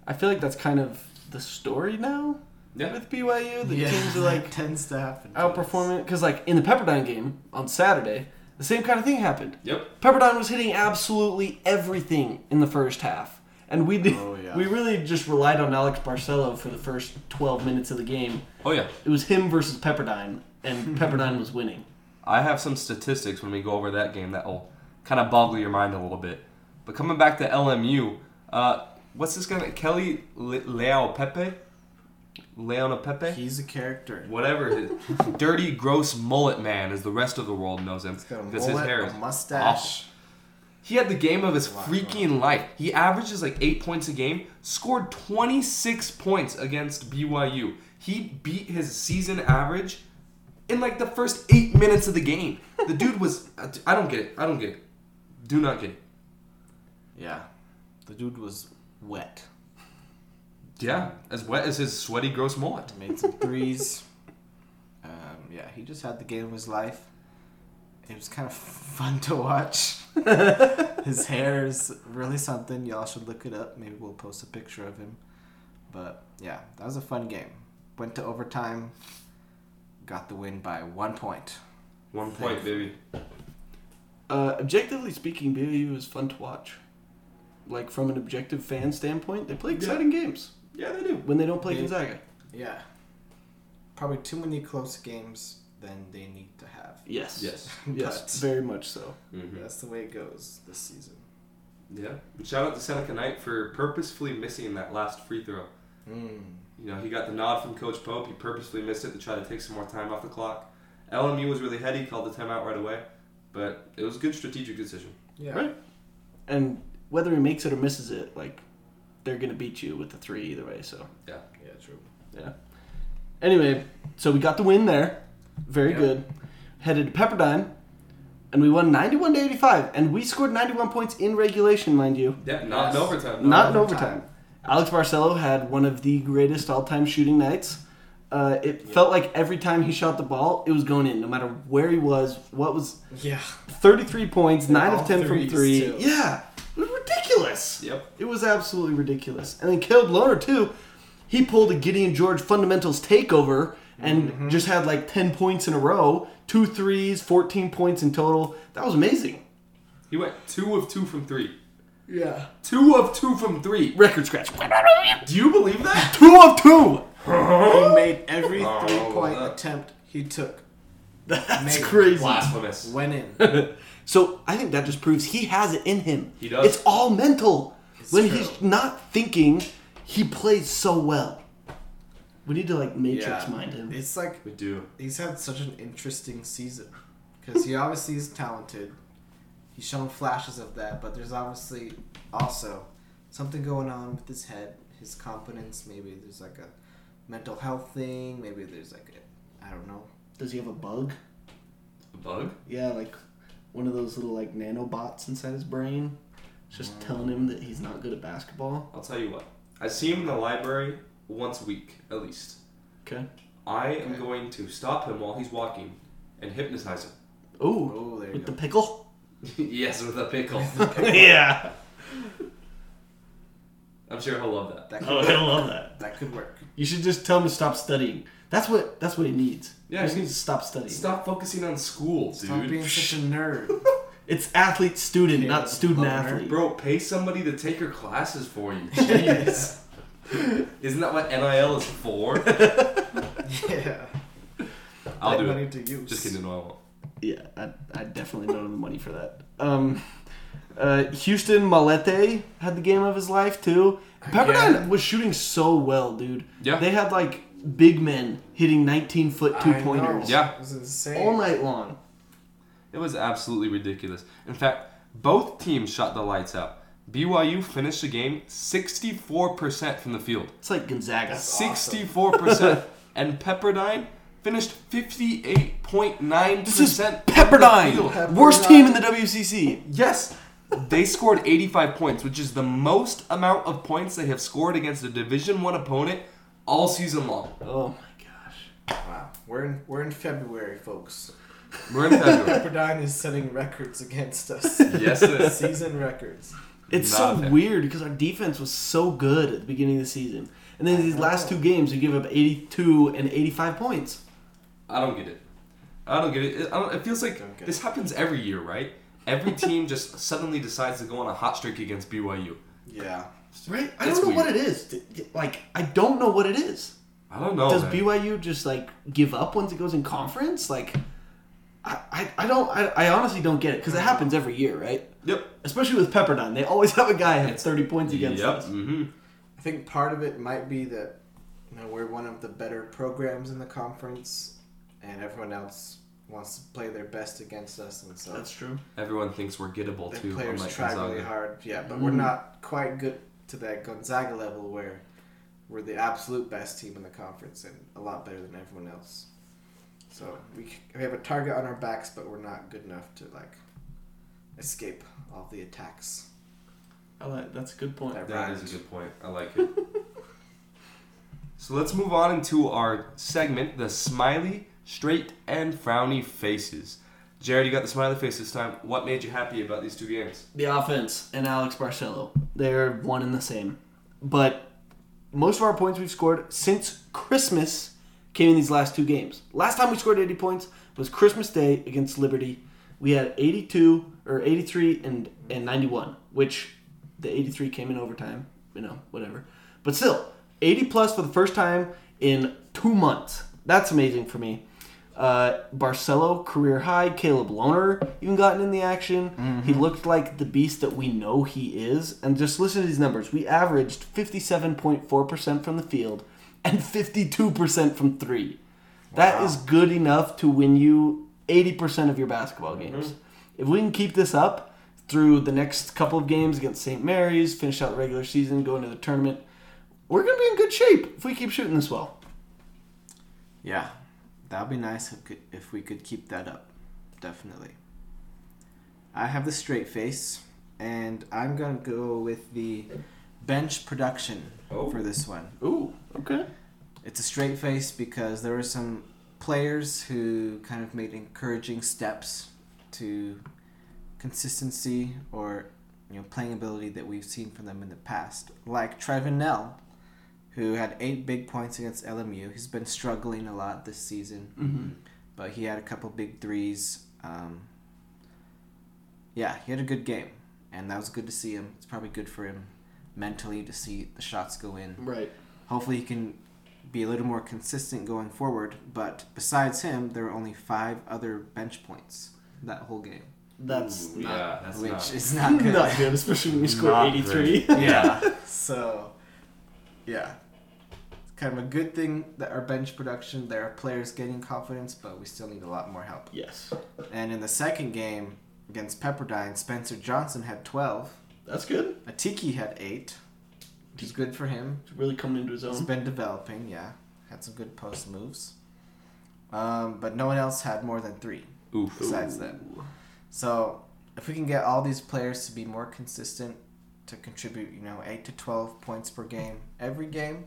B: I feel like that's kind of the story now
A: Yeah,
B: with BYU. The teams are like
E: tends to happen.
B: outperforming because like in the Pepperdine game on Saturday, the same kind of thing happened.
A: yep.
B: Pepperdine was hitting absolutely everything in the first half, and we did,
E: Oh, yeah.
B: we really just relied on Alex Barcelo for the first twelve minutes of the game.
A: Oh yeah,
B: It was him versus Pepperdine, and Pepperdine was winning.
A: I have some statistics when we go over that game that will kind of boggle your mind a little bit. But coming back to LMU, uh, what's this guy? Kelly Le- Leao Pepe, Leona Pepe.
E: He's a character.
A: whatever his dirty, gross mullet man, as the rest of the world knows him,
E: He's got a
A: because his
E: mullet,
A: hair
E: a
A: is
E: mustache.
A: awful. He had the game of his
E: Wow.
A: freaking life. He averages like eight points a game, scored 26 points against BYU. He beat his season average in like the first eight minutes of the game. The dude was. I don't get it. I don't get it. Do not get it.
E: Yeah. The dude was wet.
A: Yeah, as wet as his sweaty, gross mullet.
E: made some threes. um, yeah, he just had the game of his life. It was kind of fun to watch. his hair is really something. Y'all should look it up. Maybe we'll post a picture of him. But yeah, that was a fun game. Went to overtime. Got the win by one point.
A: One point, baby.
B: Uh, objectively speaking, BYU was fun to watch. Like from an objective fan standpoint, they play exciting games
A: Yeah, they do.
B: when they don't play
E: Yeah.
B: Gonzaga.
E: Yeah. Probably too many close games than they need to have.
B: Yes.
A: Yes.
B: Yes.
E: But-
B: Very much so.
A: Mm-hmm.
E: That's the way it goes this season.
A: Yeah. And shout out to Seneca Knight for purposefully missing that last free throw.
B: Hmm.
E: Mm.
A: You know, he got the nod from Coach Pope. He purposefully missed it to try to take some more time off the clock. LMU was really heady, called the timeout right away. But it was a good strategic decision.
E: Yeah.
B: Right. And whether he makes it or misses it, like they're gonna beat you with the three either way. So
E: Yeah, true.
B: yeah. Anyway, so we got the win there. Very
A: Yeah.
B: good. Headed to Pepperdine, and we won ninety-one to eighty-five, and we scored ninety-one points in regulation, mind you.
A: Yeah, not
E: Yes.
A: in overtime.
B: Not in
E: overtime.
B: overtime. Alex Barcelo had one of the greatest all-time shooting nights. Uh, it felt like every time he shot the ball, it was going in, no matter where he was, what was
E: Yeah.
B: 33 points, 9
E: all
B: of 10 from
E: threes,
B: 3.
E: too.
B: Yeah. It was ridiculous.
A: Yep.
B: It was absolutely ridiculous. And then Caleb Lohner, too, he pulled a Gideon George fundamentals takeover and just had like 10 points in a row, two threes, 14 points in total. That was amazing.
A: He went two of two from three.
B: Yeah.
A: Two of two from three.
B: Record scratch.
A: Do you believe that?
B: Two of two.
E: He made every
A: Oh,
E: three point
A: that-
E: attempt he took.
B: That's
E: Amazing.
B: crazy.
A: Blasphemous.
E: When in.
B: So I think that just proves he has it in him.
A: He does.
B: It's all mental. when
E: true.
B: he's not thinking, he plays so well. We need to like matrix mind him.
E: It's like
A: We do.
E: he's had such an interesting season because he obviously is talented. He's shown flashes of that, but there's obviously also something going on with his head, his confidence. Maybe there's like a mental health thing. Maybe there's like a, I don't know.
B: Does he have a bug?
A: A bug?
B: Yeah, like one of those little like nanobots inside his brain, just telling him that he's not good at basketball.
A: I'll tell you what. I see him in the library once a week, at least.
B: Okay.
A: I am
E: Okay.
A: going to stop him while he's walking and hypnotize him.
B: Oh,
E: Oh, there you
B: with the
E: go.
B: pickle.
A: yes, with a pickle.
B: yeah.
A: I'm sure he'll love that.
E: That
B: Oh,
E: could,
B: I love that.
E: that could work.
B: You should just tell him to stop studying. That's what. That's what he needs.
A: Yeah,
B: he just
A: he-
B: needs to stop studying.
A: Stop focusing on school, dude.
E: Stop being such a nerd.
B: It's athlete student,
E: Yeah,
B: not student
E: loner.
B: athlete.
A: Bro, pay somebody to take your classes for you. Jeez. Isn't that what NIL is for?
E: yeah.
A: I'll
E: That
A: do
E: money
A: it.
E: to use.
A: Just kidding, no, I won't.
B: Yeah, I, I definitely don't have the money for that. Um, uh, Houston Malete had the game of his life too. Pepperdine was shooting so well, dude.
A: Yeah.
B: they had like big men hitting 19 foot two
E: I know.
B: pointers
A: Yeah.
E: It was insane.
B: all night long.
A: It was absolutely ridiculous. In fact, both teams shot the lights out. BYU finished the game 64% from the field.
B: It's like Gonzaga.
A: 64%. and Pepperdine finished 58.9%.
B: This is
A: from the
B: Pepperdine,
A: field.
B: worst team in the WCC.
A: Yes. They scored 85 points, which is the most amount of points they have scored against a Division 1 opponent all season long.
B: Oh my gosh.
E: Wow. We're in we're in February, folks.
A: We're in February.
E: Pepperdine is setting records against us.
A: yes, it is.
E: Season records.
B: It's
A: Not
B: so
A: fair.
B: weird because our defense was so good at the beginning of the season, and then these last two games we give up 82 and 85 points.
A: I don't get it. I don't get it. It, I don't, it feels like
E: Don't get
A: this happens every year, right? Every team just suddenly decides to go on a hot streak against BYU.
E: Yeah.
B: Right? I
A: It's
B: don't know what
A: weird.
B: it is. D- d- Like, I don't know what it is.
A: I don't know.
B: Does
A: man.
B: BYU just like give up once it goes in conference? Like, I, I, I don't, I, I honestly don't get it because it happens every year, right?
A: Yep.
B: Especially with Pepperdine, they always have a guy have thirty points
A: Yep.
B: against us.
A: Mm-hmm.
E: I think part of it might be that you know we're one of the better programs in the conference, and everyone else wants to play their best against us, and so
B: true.
A: Everyone thinks we're gettable
E: the
A: too.
E: players
A: unlike
E: try
A: Gonzaga.
E: really hard. Yeah, but we're not quite good to that Gonzaga level where we're the absolute best team in the conference and a lot better than everyone else. So we c- we have a target on our backs, but we're not good enough to like escape all the attacks.
B: I like, that's a good point.
E: That
A: That is
E: rhymed.
A: a good point. I like it. so let's move on into our segment, the smiley, straight, and frowny faces. Jared, you got the smiley face this time. What made you happy about these two games?
B: The offense and Alex Barcelo, they're one and the same. But most of our points we've scored since Christmas came in these last two games. Last time we scored 80 points was Christmas Day against Liberty. We had 82 or 83 and and 91, which the 83 came in overtime, you know, whatever. But still, 80 plus for the first time in 2 months. That's amazing for me. Uh, Barcelo, career high. Caleb Lohner even gotten in the action. He looked like the beast that we know he is. And just listen to these numbers. We averaged 57.4% from the field and 52% from three. That is good enough to win you 80% of your basketball games. If we can keep this up through the next couple of games against St. Mary's, finish out the regular season, go into the tournament, we're going to be in good shape if we keep shooting this well.
E: Yeah, that'd be nice if, could- if we could keep that up. Definitely. I have the straight face, and I'm gonna go with the bench production
A: Oh.
E: for this one.
B: Ooh, okay.
E: It's a straight face because there were some players who kind of made encouraging steps to consistency or you know playing ability that we've seen from them in the past, like Trevin Nell, who had eight big points against LMU. He's been struggling a lot this season, but he had a couple big threes. Um, yeah, he had a good game, and that was good to see him. It's probably good for him mentally to see the shots go in
B: Right.
E: hopefully he can be a little more consistent going forward. But besides him, there were only five other bench points that whole game,
B: That's
A: Ooh,
B: not,
A: yeah, that's
E: which
A: not.
E: is not good.
B: not good, especially when you score
A: Not
B: 83.
A: great.
E: yeah. So, yeah. It's kind of a good thing that our bench production, there are players getting confidence, but we still need a lot more help.
B: yes.
E: And in the second game against Pepperdine, Spencer Johnson had 12,
B: That's good.
E: Atiki had 8, which is good for him.
B: It's really coming into his
E: He's
B: own.
E: been developing, yeah. Had some good post moves. Um, but no one else had more than 3
A: Oof.
E: besides that. So if we can get all these players to be more consistent, to contribute, you know, eight to twelve points per game every game,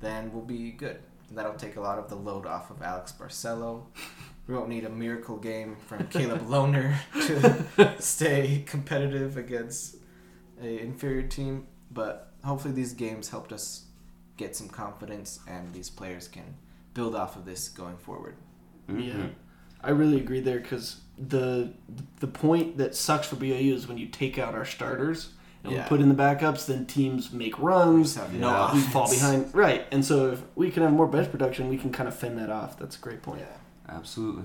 E: then we'll be good. And that'll take a lot of the load off of Alex Barcelo. We won't need a miracle game from Caleb Lohner to stay competitive against a inferior team. But hopefully these games helped us get some confidence and these players can build off of this going forward.
B: Yeah. I really agree there because the the point that sucks for BAU is when you take out our starters and
E: Yeah.
B: we put in the backups, then teams make runs.
E: have
B: No,
E: no
B: we fall
E: offense.
B: behind. Right, and so if we can have more bench production, we can kind of fend that off. That's a great point.
A: Absolutely.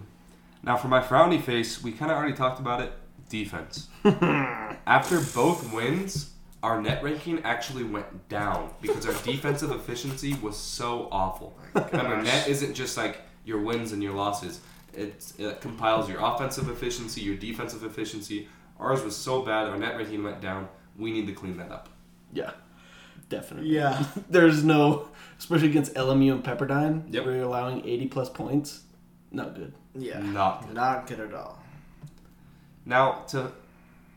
A: Now, for my frowny face, we kind of already talked about it. Defense. After both wins, our net ranking actually went down because our defensive efficiency was so awful. Remember, net isn't just like your wins and your losses. It's, it compiles your offensive efficiency, your defensive efficiency. Ours was so bad, our net ranking went down. We need to clean that up.
B: Yeah, definitely. Yeah, there's no, especially against LMU and Pepperdine,
A: Yep.
B: where you're allowing 80 plus points. Not good.
E: Yeah.
A: Not good.
E: Not good at all.
A: Now to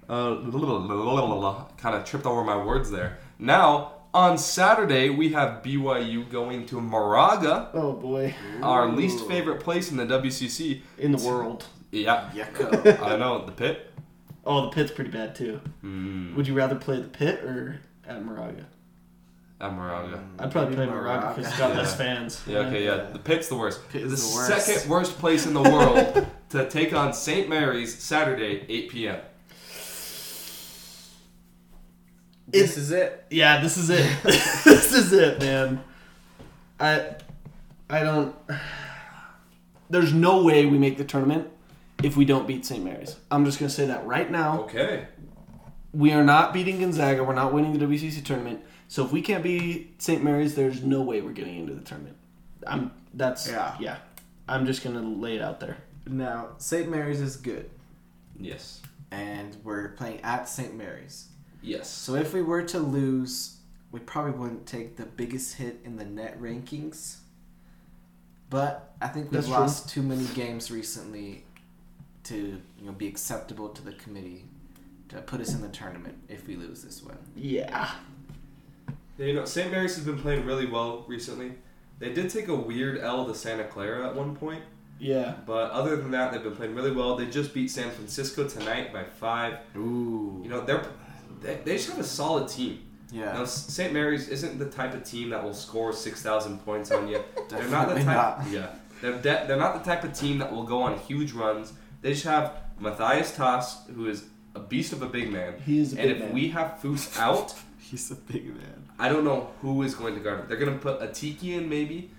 A: uh, kind of tripped over my words there. Now on Saturday we have BYU going to Moraga,
B: Oh boy,
A: our least favorite place in the WCC.
B: in the world.
A: Yeah,
E: Yucko.
A: I know the pit.
B: Oh, the pit's pretty bad too.
A: Mm,
B: Would you rather play the pit or at Moraga?
A: at Moraga.
B: I'd probably play Moraga because it's got
A: Yeah.
B: less fans.
A: Yeah, okay, yeah. The pit's the worst.
E: Pit
A: the
E: is the worst.
A: second worst place in the world to take on St. Mary's Saturday, 8 p.m.
E: This is it.
B: Yeah, this is it. this is it, man. I I don't There's no way we make the tournament if we don't beat St. Mary's. I'm just going to say that right now.
A: Okay.
B: We are not beating Gonzaga. We're not winning the WCC tournament. So if we can't beat St. Mary's, there's no way we're getting into the tournament. I'm that's
E: Yeah.
B: yeah. I'm just going to lay it out there.
E: Now, St. Mary's is good,
A: Yes.
E: and we're playing at St. Mary's.
A: Yes.
E: So if we were to lose, we probably wouldn't take the biggest hit in the net rankings. But I think we've
B: That's true.
E: lost too many games recently to you know be acceptable to the committee to put us in the tournament if we lose this one.
B: Yeah.
A: Yeah, you know, St. Mary's has been playing really well recently. They did take a weird L to Santa Clara at one point,
B: Yeah.
A: but other than that, they've been playing really well. They just beat San Francisco tonight by five. You
E: Ooh.
A: know, they're they, they just have a solid team. Now,
E: Yeah.
A: S- St. Mary's isn't the type of team that will score six thousand points on you. they're not the
E: Definitely
A: type.
E: not.
A: Yeah, they're de- they're not the type of team that will go on huge runs. They just have Matthias Toss, who is a beast of a big man.
B: He is a
A: and
B: big
A: if
B: man.
A: we have Foose out,
E: He's a big man.
A: I don't know who is going to guard him. They're going to put Atiki in maybe.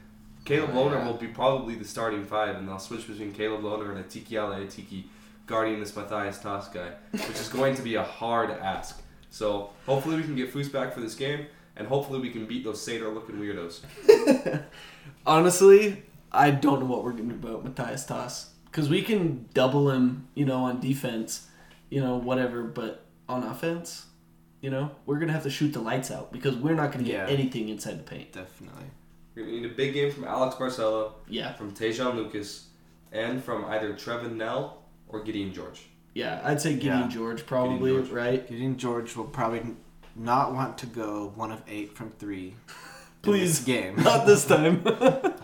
A: Caleb
E: Oh,
A: Lohner
E: yeah.
A: will be probably the starting five, and they'll switch between Caleb Lohner and Atiki Ale Atiki guarding this Matthias Toss guy, which is going to be a hard ask. So hopefully we can get Foose back for this game, and hopefully we can beat those Seder looking weirdos.
B: Honestly, I don't know what we're going to do about Matthias Toss because we can double him, you know, on defense, you know, whatever. But on offense, you know, we're going to have to shoot the lights out because we're not going to get
E: Yeah.
B: anything inside the paint.
E: Definitely.
A: We're going to need a big game from Alex Barcelo,
B: Yeah,
A: from Tejon Lucas, and from either Trevin Nell or Gideon George.
B: yeah, I'd say Gideon
E: Yeah.
B: George probably
A: Gideon George.
B: right.
E: Gideon George will probably n- not want to go one of eight from three. in
B: Please.
E: this game.
B: Not this time.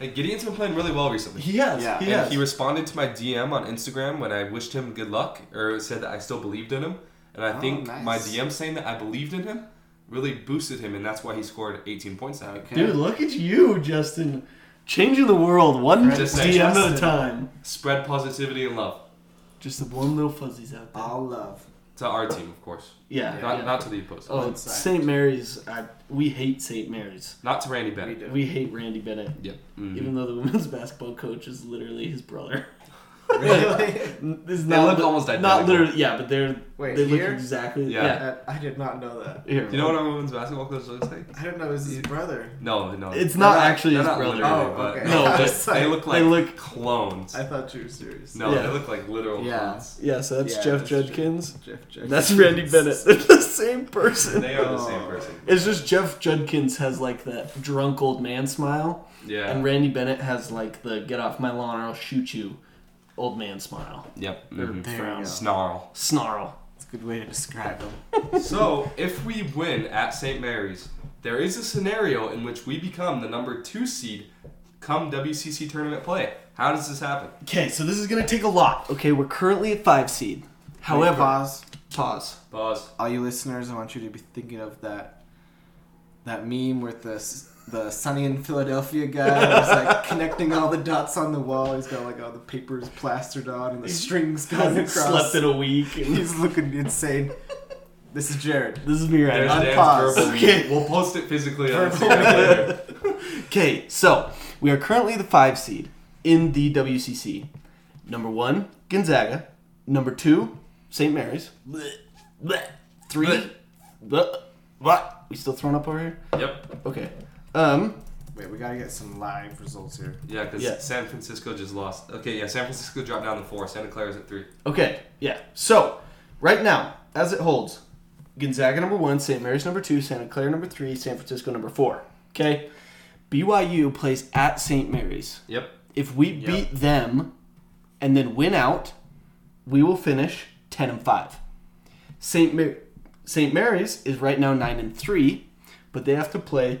A: Hey, Gideon's been playing really well recently.
B: he has.
E: Yeah,
B: he
A: And
B: has.
A: he responded to my DM on Instagram when I wished him good luck or said that I still believed in him. And I
E: Oh,
A: think
E: nice.
A: my DM saying that I believed in him really boosted him, and that's why he scored 18 points that game.
E: Okay.
B: Dude, look at you, Justin, changing the world one
A: Just
B: DM at a
E: Justin.
B: time.
A: Spread positivity and love.
B: Just the warm little fuzzies out there.
E: All love.
A: To our team, of course.
B: Yeah.
A: Not,
B: yeah.
A: not to the opposed.
B: oh,
E: Red Sox.
B: St. Mary's. I, we hate St. Mary's.
A: Not to Randy Bennett.
E: do.
B: We hate Randy Bennett.
A: Yep. Mhm.
B: Even though the women's basketball coach is literally his brother.
E: Really?
B: This is
A: They
B: not,
A: look
B: li-
A: almost
B: Not
A: identical.
B: literally, yeah, but they're
E: Wait,
B: they
E: here?
B: look exactly.
A: Yeah.
B: Yeah.
E: Uh, I did not know that.
B: Here,
A: Do you know what our women's basketball coach looks like?
E: I didn't know it was his brother.
A: No, no.
B: It's not
E: They're not-
B: actually
A: They're
B: his
A: not
B: brother.
A: literally,
E: Oh,
A: but
E: okay.
B: No, but
A: they look like
B: they look-
A: clones.
E: I thought you were serious.
A: No,
B: Yeah.
A: they look like literal
E: Yeah.
A: clones.
B: Yeah, so that's
E: Yeah,
B: Jeff
E: that's
B: Judkins.
E: Jeff Jeff.
B: And that's Randy Bennett. They're the same person.
A: They are the same
E: Oh.
A: person.
B: It's just Jeff Judkins has like that drunk old man smile,
A: Yeah.
B: and Randy Bennett has like the "get off my lawn or I'll shoot you" old man smile
A: yep.
B: or
A: mhm.
E: There you
B: frown,
E: go.
A: Snarl.
B: snarl.
E: That's a good way to describe him.
A: so, if we win at St. Mary's, there is a scenario in which we become the number two seed come WCC tournament play. How does this happen?
B: Okay, so this is gonna take a lot. Okay, we're currently at five seed. However,
E: pause.
B: pause.
A: Buzz.
E: All you listeners, I want you to be thinking of that that meme with the s- the Sunny in Philadelphia guy who's like connecting all the dots on the wall. He's got like all the papers plastered on and the strings going
B: Hasn't
E: across.
B: slept in a week. and-
E: He's looking insane. This is Jared.
B: this is me right
A: There's
B: now.
E: On
A: Dan's
E: pause.
A: verbal.
B: Okay.
A: We'll post it physically on
E: Verbal.
A: Instagram later.
B: Okay, so we are currently the five seed in the WCC. Number one, Gonzaga. Number two, St. Mary's. Blech. Blech. Three,
A: Blech.
B: Blech. what? We still throwing up over here?
A: Yep.
B: Okay. Um.
E: Wait, we gotta get some live results here.
A: Yeah, because
B: Yeah.
A: San Francisco just lost. Okay, yeah, San Francisco dropped down to four. Santa Clara's at three.
B: Okay. Yeah. So, right now, as it holds, Gonzaga number one, St. Mary's number two, Santa Clara number three, San Francisco number four. Okay. BYU plays at St. Mary's.
A: Yep.
B: If we
E: Yep.
B: beat them and then win out, we will finish 10 and 5. St. Mar- St. Mary's is right now 9 and 3, but they have to play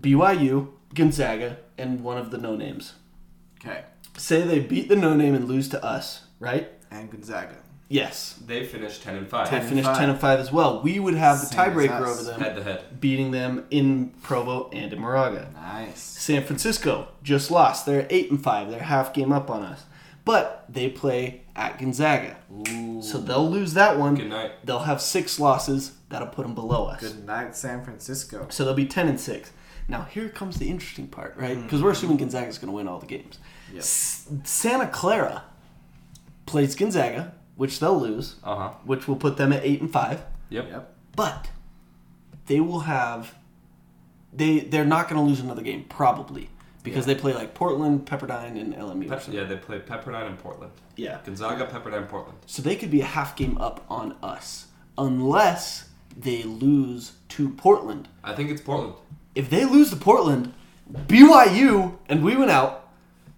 B: BYU, Gonzaga, and one of the no names.
E: Okay.
B: Say they beat the no name and lose to us, right?
E: And Gonzaga.
B: Yes.
A: They finished ten and five.
B: They
E: and
B: finish
E: five.
B: 10 and 5 as well. We would have the
E: Same as
B: tiebreaker
E: us.
B: over them,
A: Head to head.
B: beating them in Provo and in Moraga.
E: Nice.
B: San Francisco just lost. They're eight and five. They're half game up on us. But they play at Gonzaga, so they'll lose that one.
A: Good night.
B: They'll have six losses. That'll put them below us.
E: Good night, San Francisco.
B: So they'll be ten and six. Now here comes the interesting part, right?
A: Hmm.
B: Because we're assuming Gonzaga's going to win all the games. S- Santa Clara plays Gonzaga, which they'll lose,
A: Uh huh.
B: which will put them at eight and five.
A: Yep.
E: Yep.
B: But they will have they they're not going to lose another game probably because they play like Portland, Pepperdine, and LMU. or
A: Pep-
B: something.
A: yeah, they play Pepperdine and Portland.
B: yeah.
A: Gonzaga, Pepperdine, Portland.
B: So they could be a half game up on us unless they lose to Portland.
A: I think it's Portland.
B: If they lose to Portland, BYU and we went out.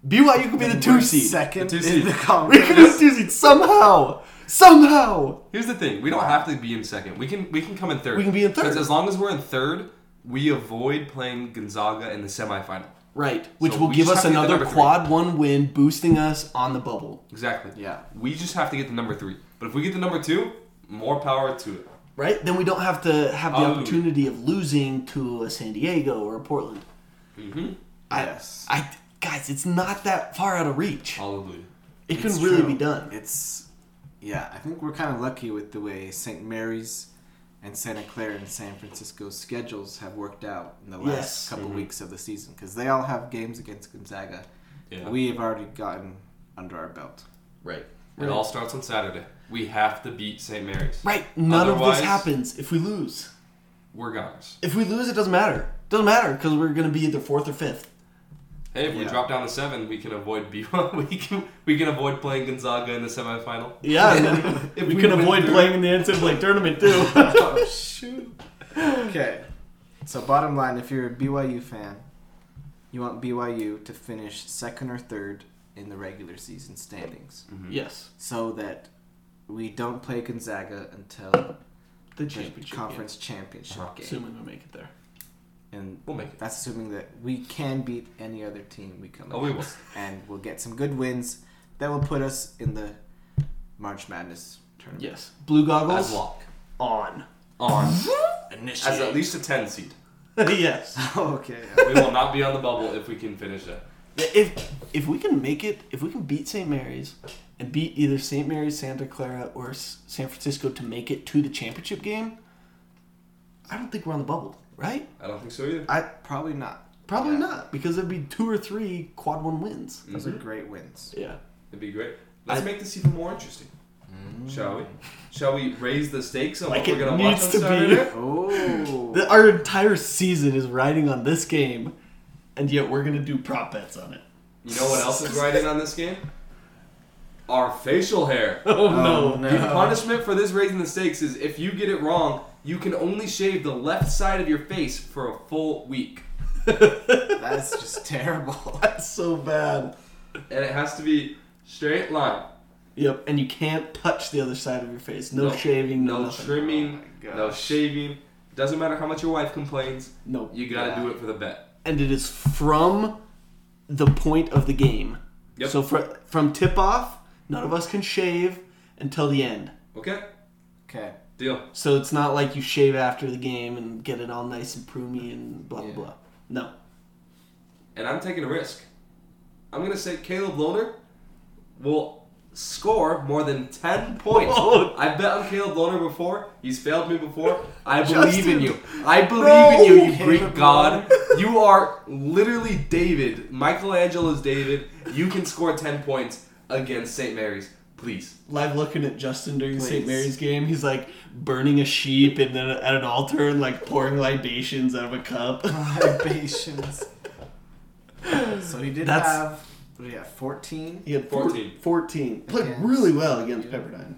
B: BYU could be the two
E: We're
B: seed.
E: Second
A: The two
E: in
A: seed.
E: the
B: We could
E: conference.
B: be the two seed somehow. Somehow.
A: Here's the thing: we don't have to be in second. We can we can come in third.
B: We can be in third.
A: 'Cause as long as we're in third, we avoid playing Gonzaga in the semifinal.
B: Right, which
A: So
B: will
A: we
B: give
A: just
B: us
A: have to get the
B: another
A: number three.
B: quad one win, boosting us on the bubble.
A: Exactly.
E: Yeah.
A: We just have to get the number three. But if we get the number two, more power to it.
B: right? Then we don't have to have the
A: Oh.
B: opportunity of losing to a San Diego or a Portland.
A: Mm-hmm.
B: I-
E: Yes.
B: I guys, it's not that far out of reach.
A: Hallelujah.
B: It
E: It's
B: can really
E: true.
B: be done.
E: It's yeah, I think we're kind of lucky with the way St. Mary's and Santa Clara and San Francisco's schedules have worked out in the last
B: Yes.
E: couple weeks of the season because they all have games against Gonzaga.
A: Yeah.
E: We have already gotten under our belt.
B: Right.
A: It all starts on Saturday. We have to beat St. Mary's.
B: Right. None of
A: Otherwise-
B: this happens if we lose.
A: We're goners.
B: If we lose, it doesn't matter. Doesn't matter because we're gonna be either fourth or fifth.
A: Hey, if we
E: Yeah.
A: drop down to seven, we can avoid B. we can we can avoid playing Gonzaga in the semifinal.
B: Yeah. and then
A: If
B: we,
A: we win
B: can
A: Mm-hmm.
B: avoid
A: through-
B: playing in the NCAA tournament too.
E: oh shoot. Okay. So bottom line, if you're a BYU fan, you want BYU to finish second or third in the regular season standings,
A: Mm-hmm.
B: yes.
E: so that we don't play Gonzaga until
B: The
E: the
B: championship game.
E: conference championship
A: Uh-huh.
E: game.
B: Assuming we make it there.
E: And
A: We'll make it.
E: that's assuming that we can beat any other team we come
A: Oh, we
E: against. And we'll get some good wins that will put us in the March Madness tournament.
B: Yes. Blue
A: As
B: goggles
A: lock
B: on.
A: on
E: Initially.
A: as at least a ten seed.
B: yes.
E: okay.
A: We will not be on the bubble if we can finish that.
B: If if we can make it, if we can beat St. Mary's and beat either St. Mary's, Santa Clara, or S- San Francisco to make it to the championship game, I don't think we're on the bubble, right?
A: I don't think so either.
B: I
E: Probably not.
B: probably
E: Yeah.
B: not because there'd be two or three quad one wins.
E: Those
A: Mm-hmm.
E: are great wins.
B: Yeah.
A: It'd be great. Let's
B: I-
A: make this even more interesting. Shall we? Shall we raise the stakes on
B: Mm. Like
A: what
B: it
A: we're gonna watch
B: needs
A: on
B: to be.
A: Saturday?
E: Oh.
B: The- our entire season is riding on this game, and yet we're gonna do prop bets on it.
A: You know what else is riding on this game? Our facial hair.
B: Oh,
E: no.
A: The punishment for this raising the stakes is if you get it wrong, you can only shave the left side of your face for a full week.
E: That's just terrible.
B: That's so bad.
A: And it has to be straight line.
B: Yep, and you can't touch the other side of your face. No,
A: No-
B: shaving, no,
A: No
B: nothing.
A: trimming,
E: Oh my
A: no
E: gosh.
A: shaving. Doesn't matter how much your wife complains,
B: Nope.
A: you gotta
E: Yeah.
A: do it for the bet.
B: and it is from the point of the game.
A: Yep.
B: So fr- from tip off, none of us can shave until the end.
A: Okay?
E: Okay.
A: Deal.
B: So it's not like you shave after the game and get it all nice and pruney and blah blah
E: Yeah.
B: blah. No.
A: and I'm taking a risk. I'm gonna say Caleb Lohner will score more than ten points.
B: Whoa.
A: I bet on Caleb Lohner before. He's failed me before. I believe
B: Justin.
A: in you. I believe
B: No.
A: in you, you
E: Caleb
A: Greek god. You are literally David. Michelangelo is David. You can score ten points against St. Mary's. Please.
B: Live looking at Justin during the St.
E: Please.
B: Mary's game, he's like burning a sheep and then at an altar and like pouring libations out of a cup.
E: Libations. so he did
B: That's-
E: have. What do you have? Fourteen.
B: He had
A: 14.
B: 14. 14. Played
E: Against-
B: really well against
E: Yeah.
B: Pepperdine.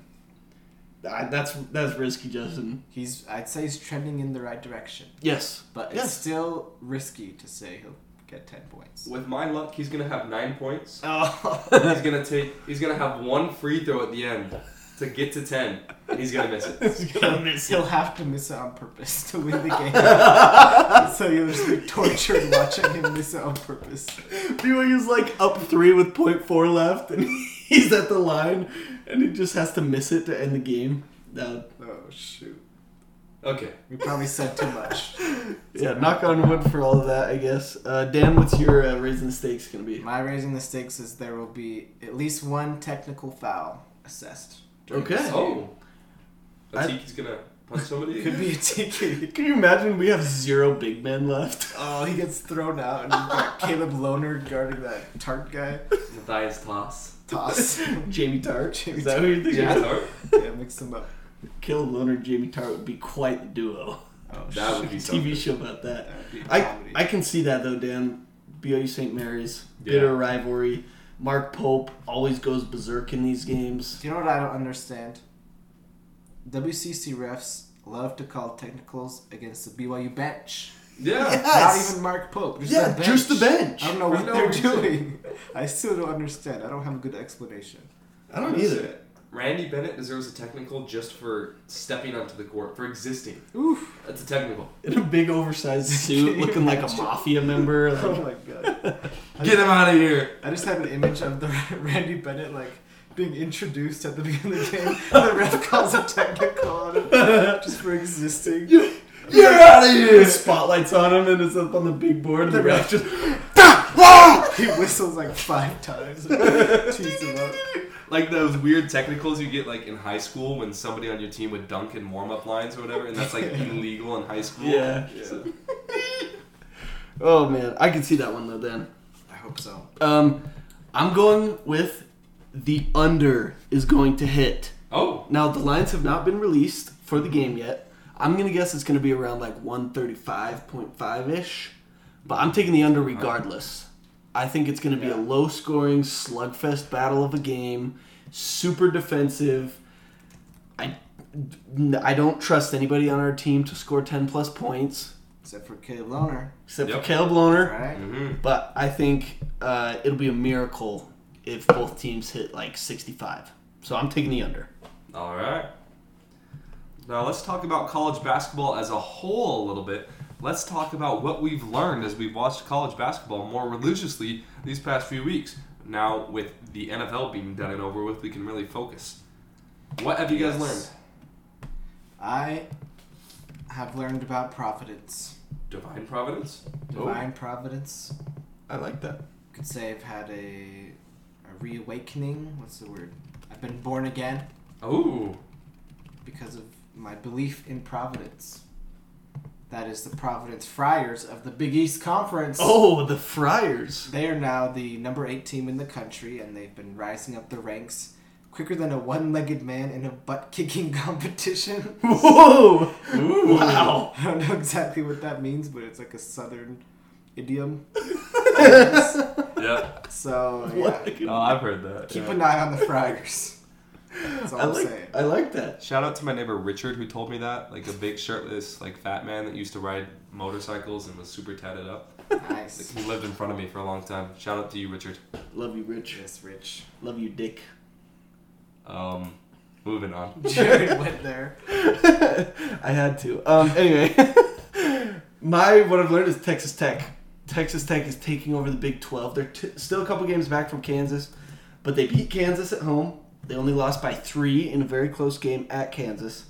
B: I, that's that's risky, Justin.
E: He's. I'd say he's trending in the right direction,
B: Yes.
E: but it's
B: Yes.
E: still risky to say he'll get ten points.
A: With my luck, he's gonna have nine points.
E: Oh.
A: He's gonna take. He's gonna have one free throw at the end to get to ten, and he's gonna miss it.
B: He's gonna miss
E: He'll have to miss it on purpose to win the game. so you'll just be tortured watching him miss it on purpose.
B: BYU's like up three with point four left, and he's at the line, and he just has to miss it to end the game. Uh, No,
E: Oh shoot.
A: Okay.
E: We probably said too much.
B: yeah, knock on wood for all of that, I guess. Uh, Dan, what's your uh, raising the stakes gonna be?
E: My raising the stakes is there will be at least one technical foul assessed. during
B: Okay.
E: this game.
A: Oh.
B: I-
A: Atiki's gonna punch somebody?
E: Could be a TK.
B: Can you imagine we have zero big men left?
E: Oh, he gets thrown out, and you've got Caleb Lohner guarding that tart guy.
A: Matthias Toss.
E: Toss.
B: Jamie Tart.
E: Jamie
B: Is that who you think?
A: Yeah,
B: Yeah.
A: Tart.
E: yeah, mix them up.
B: Caleb Loner, Jamie Tart would be quite the duo.
E: Oh,
A: That would
E: shit.
A: be something.
B: TV show about that.
E: That would be
B: I,
E: comedy.
B: I can see that though, Dan. BYU St. Mary's
A: Yeah.
B: bitter rivalry. Mark Pope always goes berserk in these games.
E: Do you know what I don't understand? WCC refs love to call technicals against the BYU bench.
A: Yeah.
B: Yes.
E: Not even Mark Pope. Just
B: Yeah,
E: the bench.
B: just the bench.
E: I don't know
A: For
E: what
A: no
E: they're
A: reason.
E: doing. I still don't understand. I don't have a good explanation.
B: I don't either.
A: Randy Bennett deserves a technical just for stepping onto the court, for existing.
E: Oof.
A: That's a technical.
B: In a big oversized suit,
E: you
B: looking like a
E: imagine?
B: mafia member.
E: Oh
B: like-
E: my god.
A: Get him out of here!
E: I just had an image of the Randy Bennett like being introduced at the beginning of the game. The ref calls a technical on him just for existing.
A: Get out of
B: The spotlight's on him and it's up on the big board. And the ref just
E: He whistles like five times. Tease him up.
A: Like those weird technicals you get like in high school when somebody on your team would dunk in warm up lines or whatever, and that's like illegal in high school.
B: yeah.
A: So-
B: Oh man, I can see that one though, Dan.
E: I hope so.
B: Um, I'm going with the under is going to hit.
A: Oh,
B: Now the lines have not been released for the game yet. I'm gonna guess it's gonna be around like 135.5 ish, but I'm taking the under regardless. I think it's gonna be a
E: Yeah.
B: low scoring slugfest battle of a game, super defensive. I I don't trust anybody on our team to score 10 plus points
E: Except for Caleb Loner,
B: except
A: Yep.
B: for Caleb Loner.
E: right?
A: Mm-hmm.
B: But I think uh, it'll be a miracle if both teams hit like 65. So I'm taking the under.
A: All right. Now let's talk about college basketball as a whole a little bit. Let's talk about what we've learned as we've watched college basketball more religiously these past few weeks. Now with the NFL being done and over with, we can really focus. What have you guys
E: Yes.
A: learned?
E: I have learned about providence,
A: Divine providence.
E: divine providence.
B: I like that.
E: could say I've had a, a reawakening. What's the word? I've been born again
A: Ooh.
E: because of my belief in providence. That is the Providence Friars of the Big East Conference.
B: Oh, the Friars.
E: They are now the number eight team in the country, and they've been rising up the ranks quicker than a one-legged man in a butt-kicking competition.
B: Whoa!
A: Ooh.
B: Wow.
E: I don't know exactly what that means, but it's like a southern idiom.
A: Yep.
E: So yeah,
B: What?
A: No, Oh, I've heard that.
E: keep
A: yeah.
E: an eye on the Friars. That's all
B: I
E: I'm
B: like.
E: saying.
B: I like that.
A: Shout out to my neighbor Richard who told me that, like a big shirtless, like fat man that used to ride motorcycles and was super tatted up.
E: Nice.
A: He lived in front of me for a long time. Shout out to you, Richard.
B: Love you, Rich.
E: Yes, Rich.
B: Love you, Dick.
A: Um, moving on.
E: Jared went there.
B: I had to. Um, anyway, my what I've learned is Texas Tech. Texas Tech is taking over the Big Twelve. They're t- still a couple games back from Kansas, but they beat Kansas at home. They only lost by three in a very close game at Kansas,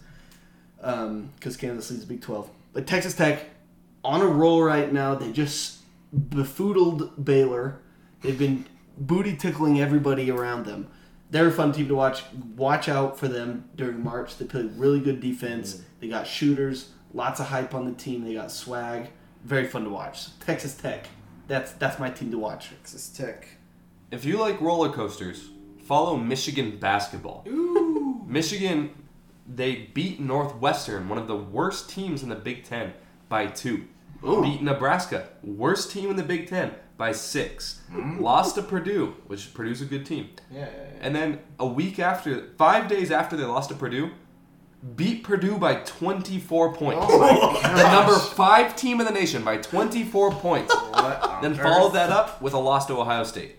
B: because Kansas leads the Big Twelve. But Texas Tech on a roll right now. They just befoodled Baylor. They've been booty tickling everybody around them. They're a fun team to watch. Watch out for them during March. They play really good defense. They got shooters, lots of hype on the team. They got swag. Very fun to watch. Texas Tech. That's that's my team to watch.
E: Texas Tech.
A: If you like roller coasters, follow Michigan basketball.
E: Ooh.
A: Michigan, they beat Northwestern, one of the worst teams in the Big Ten, by two.
B: Ooh.
A: Beat Nebraska, worst team in the Big Ten, by six. Lost to Purdue, which Purdue's a good team.
E: Mm. Yeah.
A: And then a week after, five days after they lost to Purdue, beat Purdue by 24 points.
E: Oh my
A: the number
E: gosh.
A: five team in the nation by 24 points.
E: What on
A: then follow
E: earth?
A: that up with a loss to Ohio State.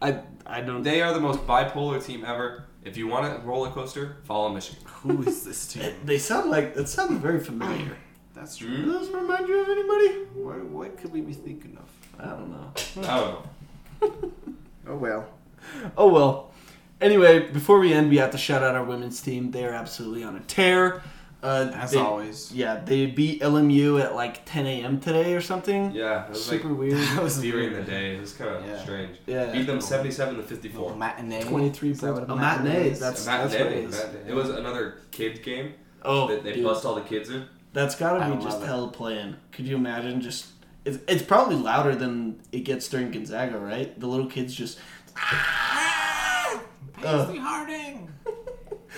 B: I I don't.
A: They are the most bipolar team ever. If you want a roller coaster, follow Michigan.
E: Who is this team?
B: They sound like that sounds very familiar.
E: That's
A: Hmm?
E: true.
B: Does this remind you of anybody?
E: What, what could we be thinking of?
B: I don't know.
A: Oh.
E: Oh well.
B: Oh well. Anyway, before we end, we have to shout out our women's team. They are absolutely on a tear. Uh,
E: As
B: they-
E: always.
B: Yeah, they beat LMU at like 10 a.m. today or something.
A: Yeah, it was
B: Super
A: like
B: weird.
E: That was
A: during
E: weird.
A: the day. It was kind of
E: Yeah.
A: strange.
B: Yeah.
A: Beat them 77 to 54.
E: Little matinee.
B: 23
E: Is that
B: points.
E: what
B: A matinee,
E: is?
B: that's-
A: A matinee,
B: what it is.
A: matinee. It was another kid game
B: Oh,
A: that they
B: dude,
A: bust all the kids in.
B: that's gotta
E: I
B: be
E: love
B: just
E: it.
B: hell playing. Could you imagine? Just it's, it's probably louder than it gets during Gonzaga, right? The little kids just.
E: Ah!
B: Ah!
E: Paisley Harding.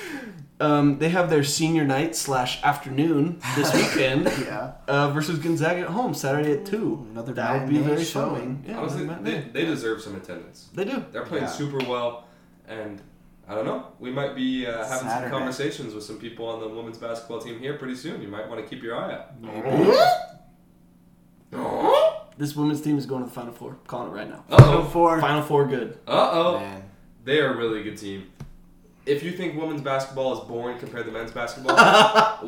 B: Um, they have their senior night slash afternoon this weekend
E: Yeah.
B: uh, versus Gonzaga at home Saturday at two.
E: Another
B: that would be
E: matinee
B: very
E: showing.
B: showing. Yeah,
A: Honestly,
B: another
A: they,
B: matinee.
A: they deserve some attendance.
B: they do.
A: They're playing
E: Yeah.
A: super well, and I don't know. We might be uh, having some
E: Saturday.
A: conversations with some people on the women's basketball team here pretty soon. You might want to keep your eye out. Uh
B: This women's team is going to the Final Four. Calling it right now.
E: Final
A: oh.
E: four.
B: Final Four, good.
A: Uh oh.
E: Man.
A: They are a really good team. If you think women's basketball is boring compared to men's basketball,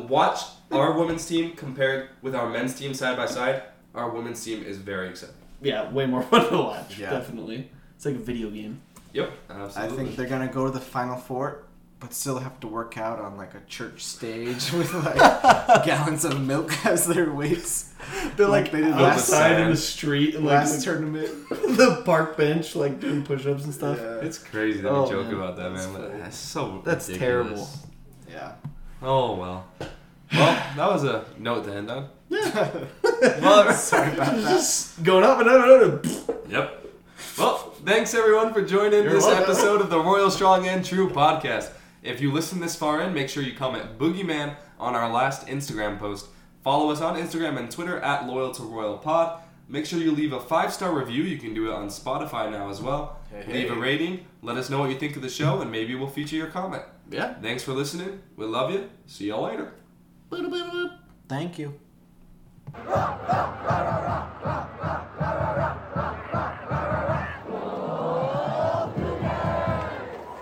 A: watch our women's team compared with our men's team side by side. Our women's team is very exciting.
B: Yeah, way more fun to watch.
E: Yeah.
B: Definitely, it's like a video game.
A: Yep,
E: I
A: absolutely.
E: think they're gonna go to the final four, but still have to work out on like a church stage with like gallons of milk as their weights.
B: They're like,
E: Like they did
A: last
B: outside
A: time.
B: in the street and like
E: Last
B: the,
E: tournament.
B: the park bench, like doing push-ups and stuff.
E: Yeah.
A: it's crazy that
B: Oh,
A: we joke
B: man.
A: about that,
B: That's
A: man.
B: funny.
A: That's so
B: That's
A: ridiculous.
B: terrible.
E: Yeah.
A: Oh well. Well, that was a note to end on.
E: Sorry about that.
B: Just going up and up and up. and-
A: Yep. Well, thanks everyone for joining this
B: welcome.
A: episode of the Royal Strong and True podcast. If you listen this far in, make sure you comment Boogeyman on our last Instagram post. Follow us on Instagram and Twitter at Loyal to Royal Pod. Make sure you leave a five star review. You can do it on Spotify now as well.
E: Hey,
A: leave a
E: hey.
A: rating. Let us know what you think of the show, and maybe we'll feature your comment.
B: Yeah.
A: Thanks for listening. We love you. See y'all later.
B: Boop, boop, boop.
E: Thank you.